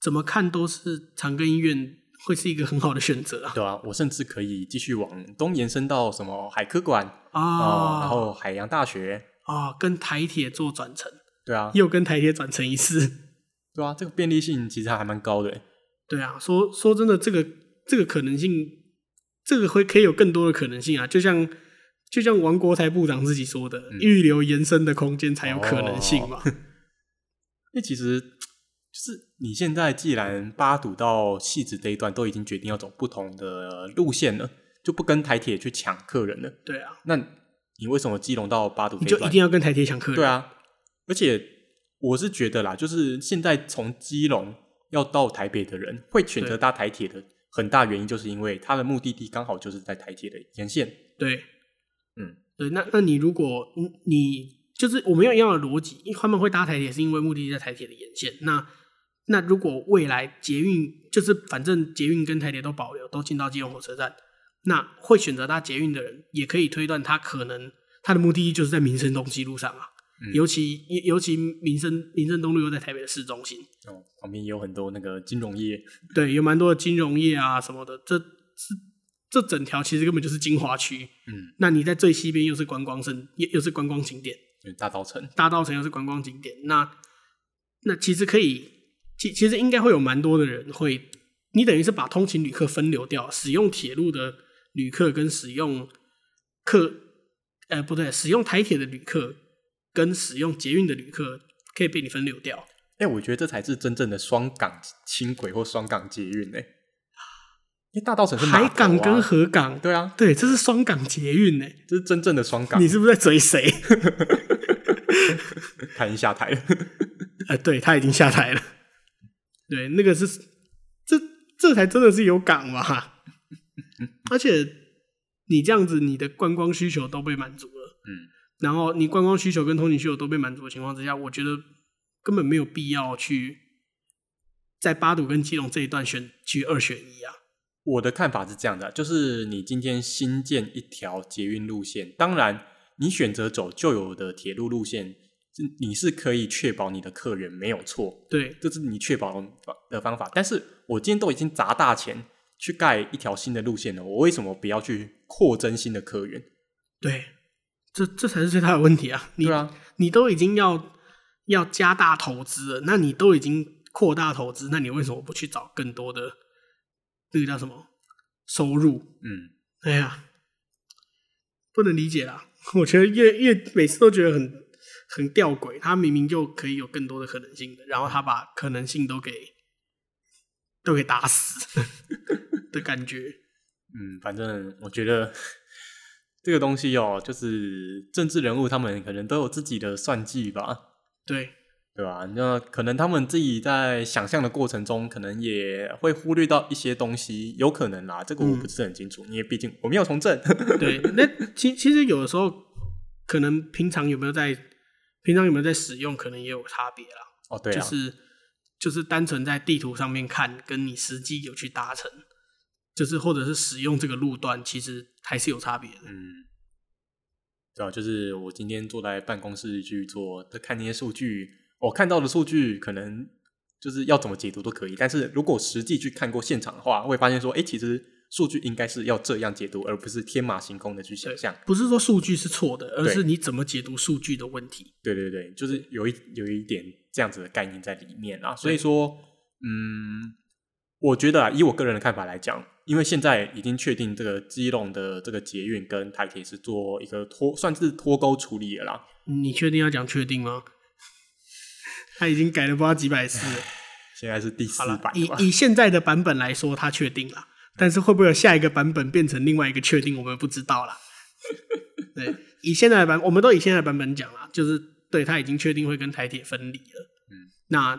怎么看都是长庚医院会是一个很好的选择啊。对啊，我甚至可以继续往东延伸到什么海科馆啊、啊，然后海洋大学。啊，跟台铁做转乘，对啊，又跟台铁转乘一次。对啊，这个便利性其实还蛮高的欸。对啊，说说真的，这个这个可能性，这个会可以有更多的可能性啊。就像就像王国才部长自己说的，嗯预留延伸的空间才有可能性嘛。哦因为其实就是你现在既然八堵到戏子这一段都已经决定要走不同的路线了，就不跟台铁去抢客人了，对 啊，那你为什么基隆到八堵你这就一一段？定要跟台铁抢客人。对啊，而且我是觉得啦，就是现在从基隆要到台北的人会选择对搭台铁的很大原因，就是因为它的目的地刚好就是在台铁的沿线。对，嗯，对，那那你如果你你就是我们用一样的逻辑，因为他们会搭台铁是因为目的地在台铁的沿线。那那如果未来捷运就是反正捷运跟台铁都保留，都进到基隆火车站，那会选择搭捷运的人，也可以推断他可能他的目的地就是在民生东西路上啊。嗯尤其尤尤其民生民生东路又在台北的市中心，哦，旁边也有很多那个金融业，对，有蛮多的金融业啊什么的，这这这整条其实根本就是精华区。嗯，那你在最西边又是观光胜，又又是观光景点，就是大稻城。大稻城又是观光景点，那那其实可以，其其实应该会有蛮多的人会，你等于是把通勤旅客分流掉，使用铁路的旅客跟使用客，呃，不对，使用台铁的旅客跟使用捷运的旅客可以被你分流掉。哎、我觉得这才是真正的双港轻轨或双港捷运呢、欸因为大稻城是码头啊海港跟河港，对啊，对，这是双港捷运呢、这是真正的双港。你是不是在追 谁？看一下台了，呃，对他已经下台了。对，那个是这这才真的是有港嘛， 而且你这样子，你的观光需求都被满足了，嗯，然后你观光需求跟通勤需求都被满足的情况之下，我觉得根本没有必要去在八堵跟基隆这一段选去二选一啊。我的看法是这样的，啊就是你今天新建一条捷运路线，当然你选择走旧有的铁路路线，是你是可以确保你的客源没有错，对这是你确保的方法。但是我今天都已经砸大钱去盖一条新的路线了，我为什么不要去扩增新的客源？对，这这才是最大的问题啊！你对啊，你都已经要要加大投资了，那你都已经扩大投资，那你为什么不去找更多的那个叫什么收入？嗯，哎呀，不能理解啦！ 我觉得越越每次都觉得很很吊诡，他明明就可以有更多的可能性的，然后他把可能性都给都给打死 的感觉。嗯，反正我觉得这个东西哦，就是政治人物他们可能都有自己的算计吧，对对吧、那可能他们自己在想象的过程中，可能也会忽略到一些东西，有可能啦，这个我嗯不是很清楚，因为毕竟我们要从政。 对，那其其实有的时候可能平常有没有在平常有没有在使用，可能也有差别啦。哦，对就啊，是就是单纯在地图上面看，跟你实际有去搭乘，就是或者是使用这个路段，其实还是有差别的。嗯，对啊，就是我今天坐在办公室去做，看那些数据，我看到的数据可能就是要怎么解读都可以，但是如果实际去看过现场的话，会发现说，哎，其实数据应该是要这样解读，而不是天马行空的去想象。不是说数据是错的，而对是你怎么解读数据的问题。对对对，就是有一有一点这样子的概念在里面啊。所以说，嗯，我觉得啊，以我个人的看法来讲，因为现在已经确定这个基隆的这个捷运跟台铁是做一个脱，算是脱钩处理了啦。你确定要讲确定吗？ 他已经改了不知道几百次了。现在是第四好版了，吧？以以现在的版本来说，它确定了，但是会不会有下一个版本变成另外一个确定，我们不 知道了。对，以现在的版，我们都以现在的版本讲了，就是对他已经确定会跟台铁分离了。嗯，那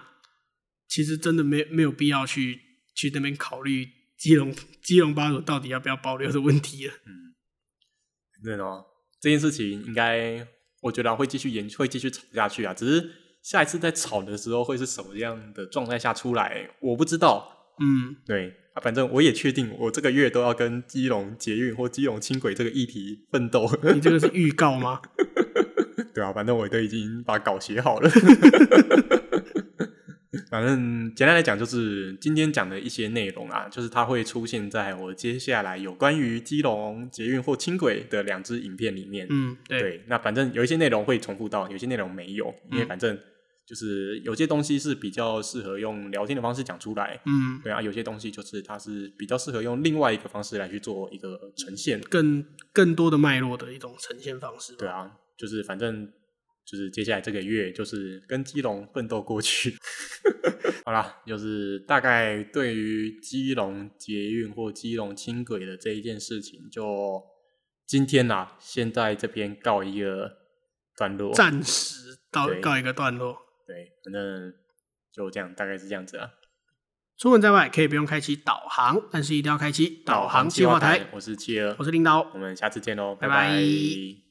其实真的没没有必要去去那边考虑基隆基隆巴鲁到底要不要保留的问题了。对哦，这件事情应该我觉得啊会继续延，会继续吵下去啊。只是下一次在吵的时候会是什么样的状态下出来，我不知道。嗯，对啊，反正我也确定，我这个月都要跟基隆捷运或基隆轻轨这个议题奋斗。 嗯你这个是预告吗？ 对啊，反正我都已经把稿写好了。 反正简单来讲，就是今天讲的一些内容啊，就是它会出现在我接下来有关于基隆捷运或轻轨的两支影片里面。嗯，对，对，那反正有一些内容会重复到，有些内容没有，因为嗯反正就是有些东西是比较适合用聊天的方式讲出来，嗯，对啊，有些东西就是它是比较适合用另外一个方式来去做一个呈现，更更多的脉络的一种呈现方式。对，啊，就是反正就是接下来这个月就是跟基隆奋斗过去， 好啦，就是大概对于基隆捷运或基隆轻轨的这一件事情，就今天啦、现在这边告一个段落，暂时到对告一个段落。对，反正就这样，大概是这样子啊。出门在外可以不用开启导航，但是一定要开启导航计划台。我是企鹅我，是领导，我们下次见喽，拜拜拜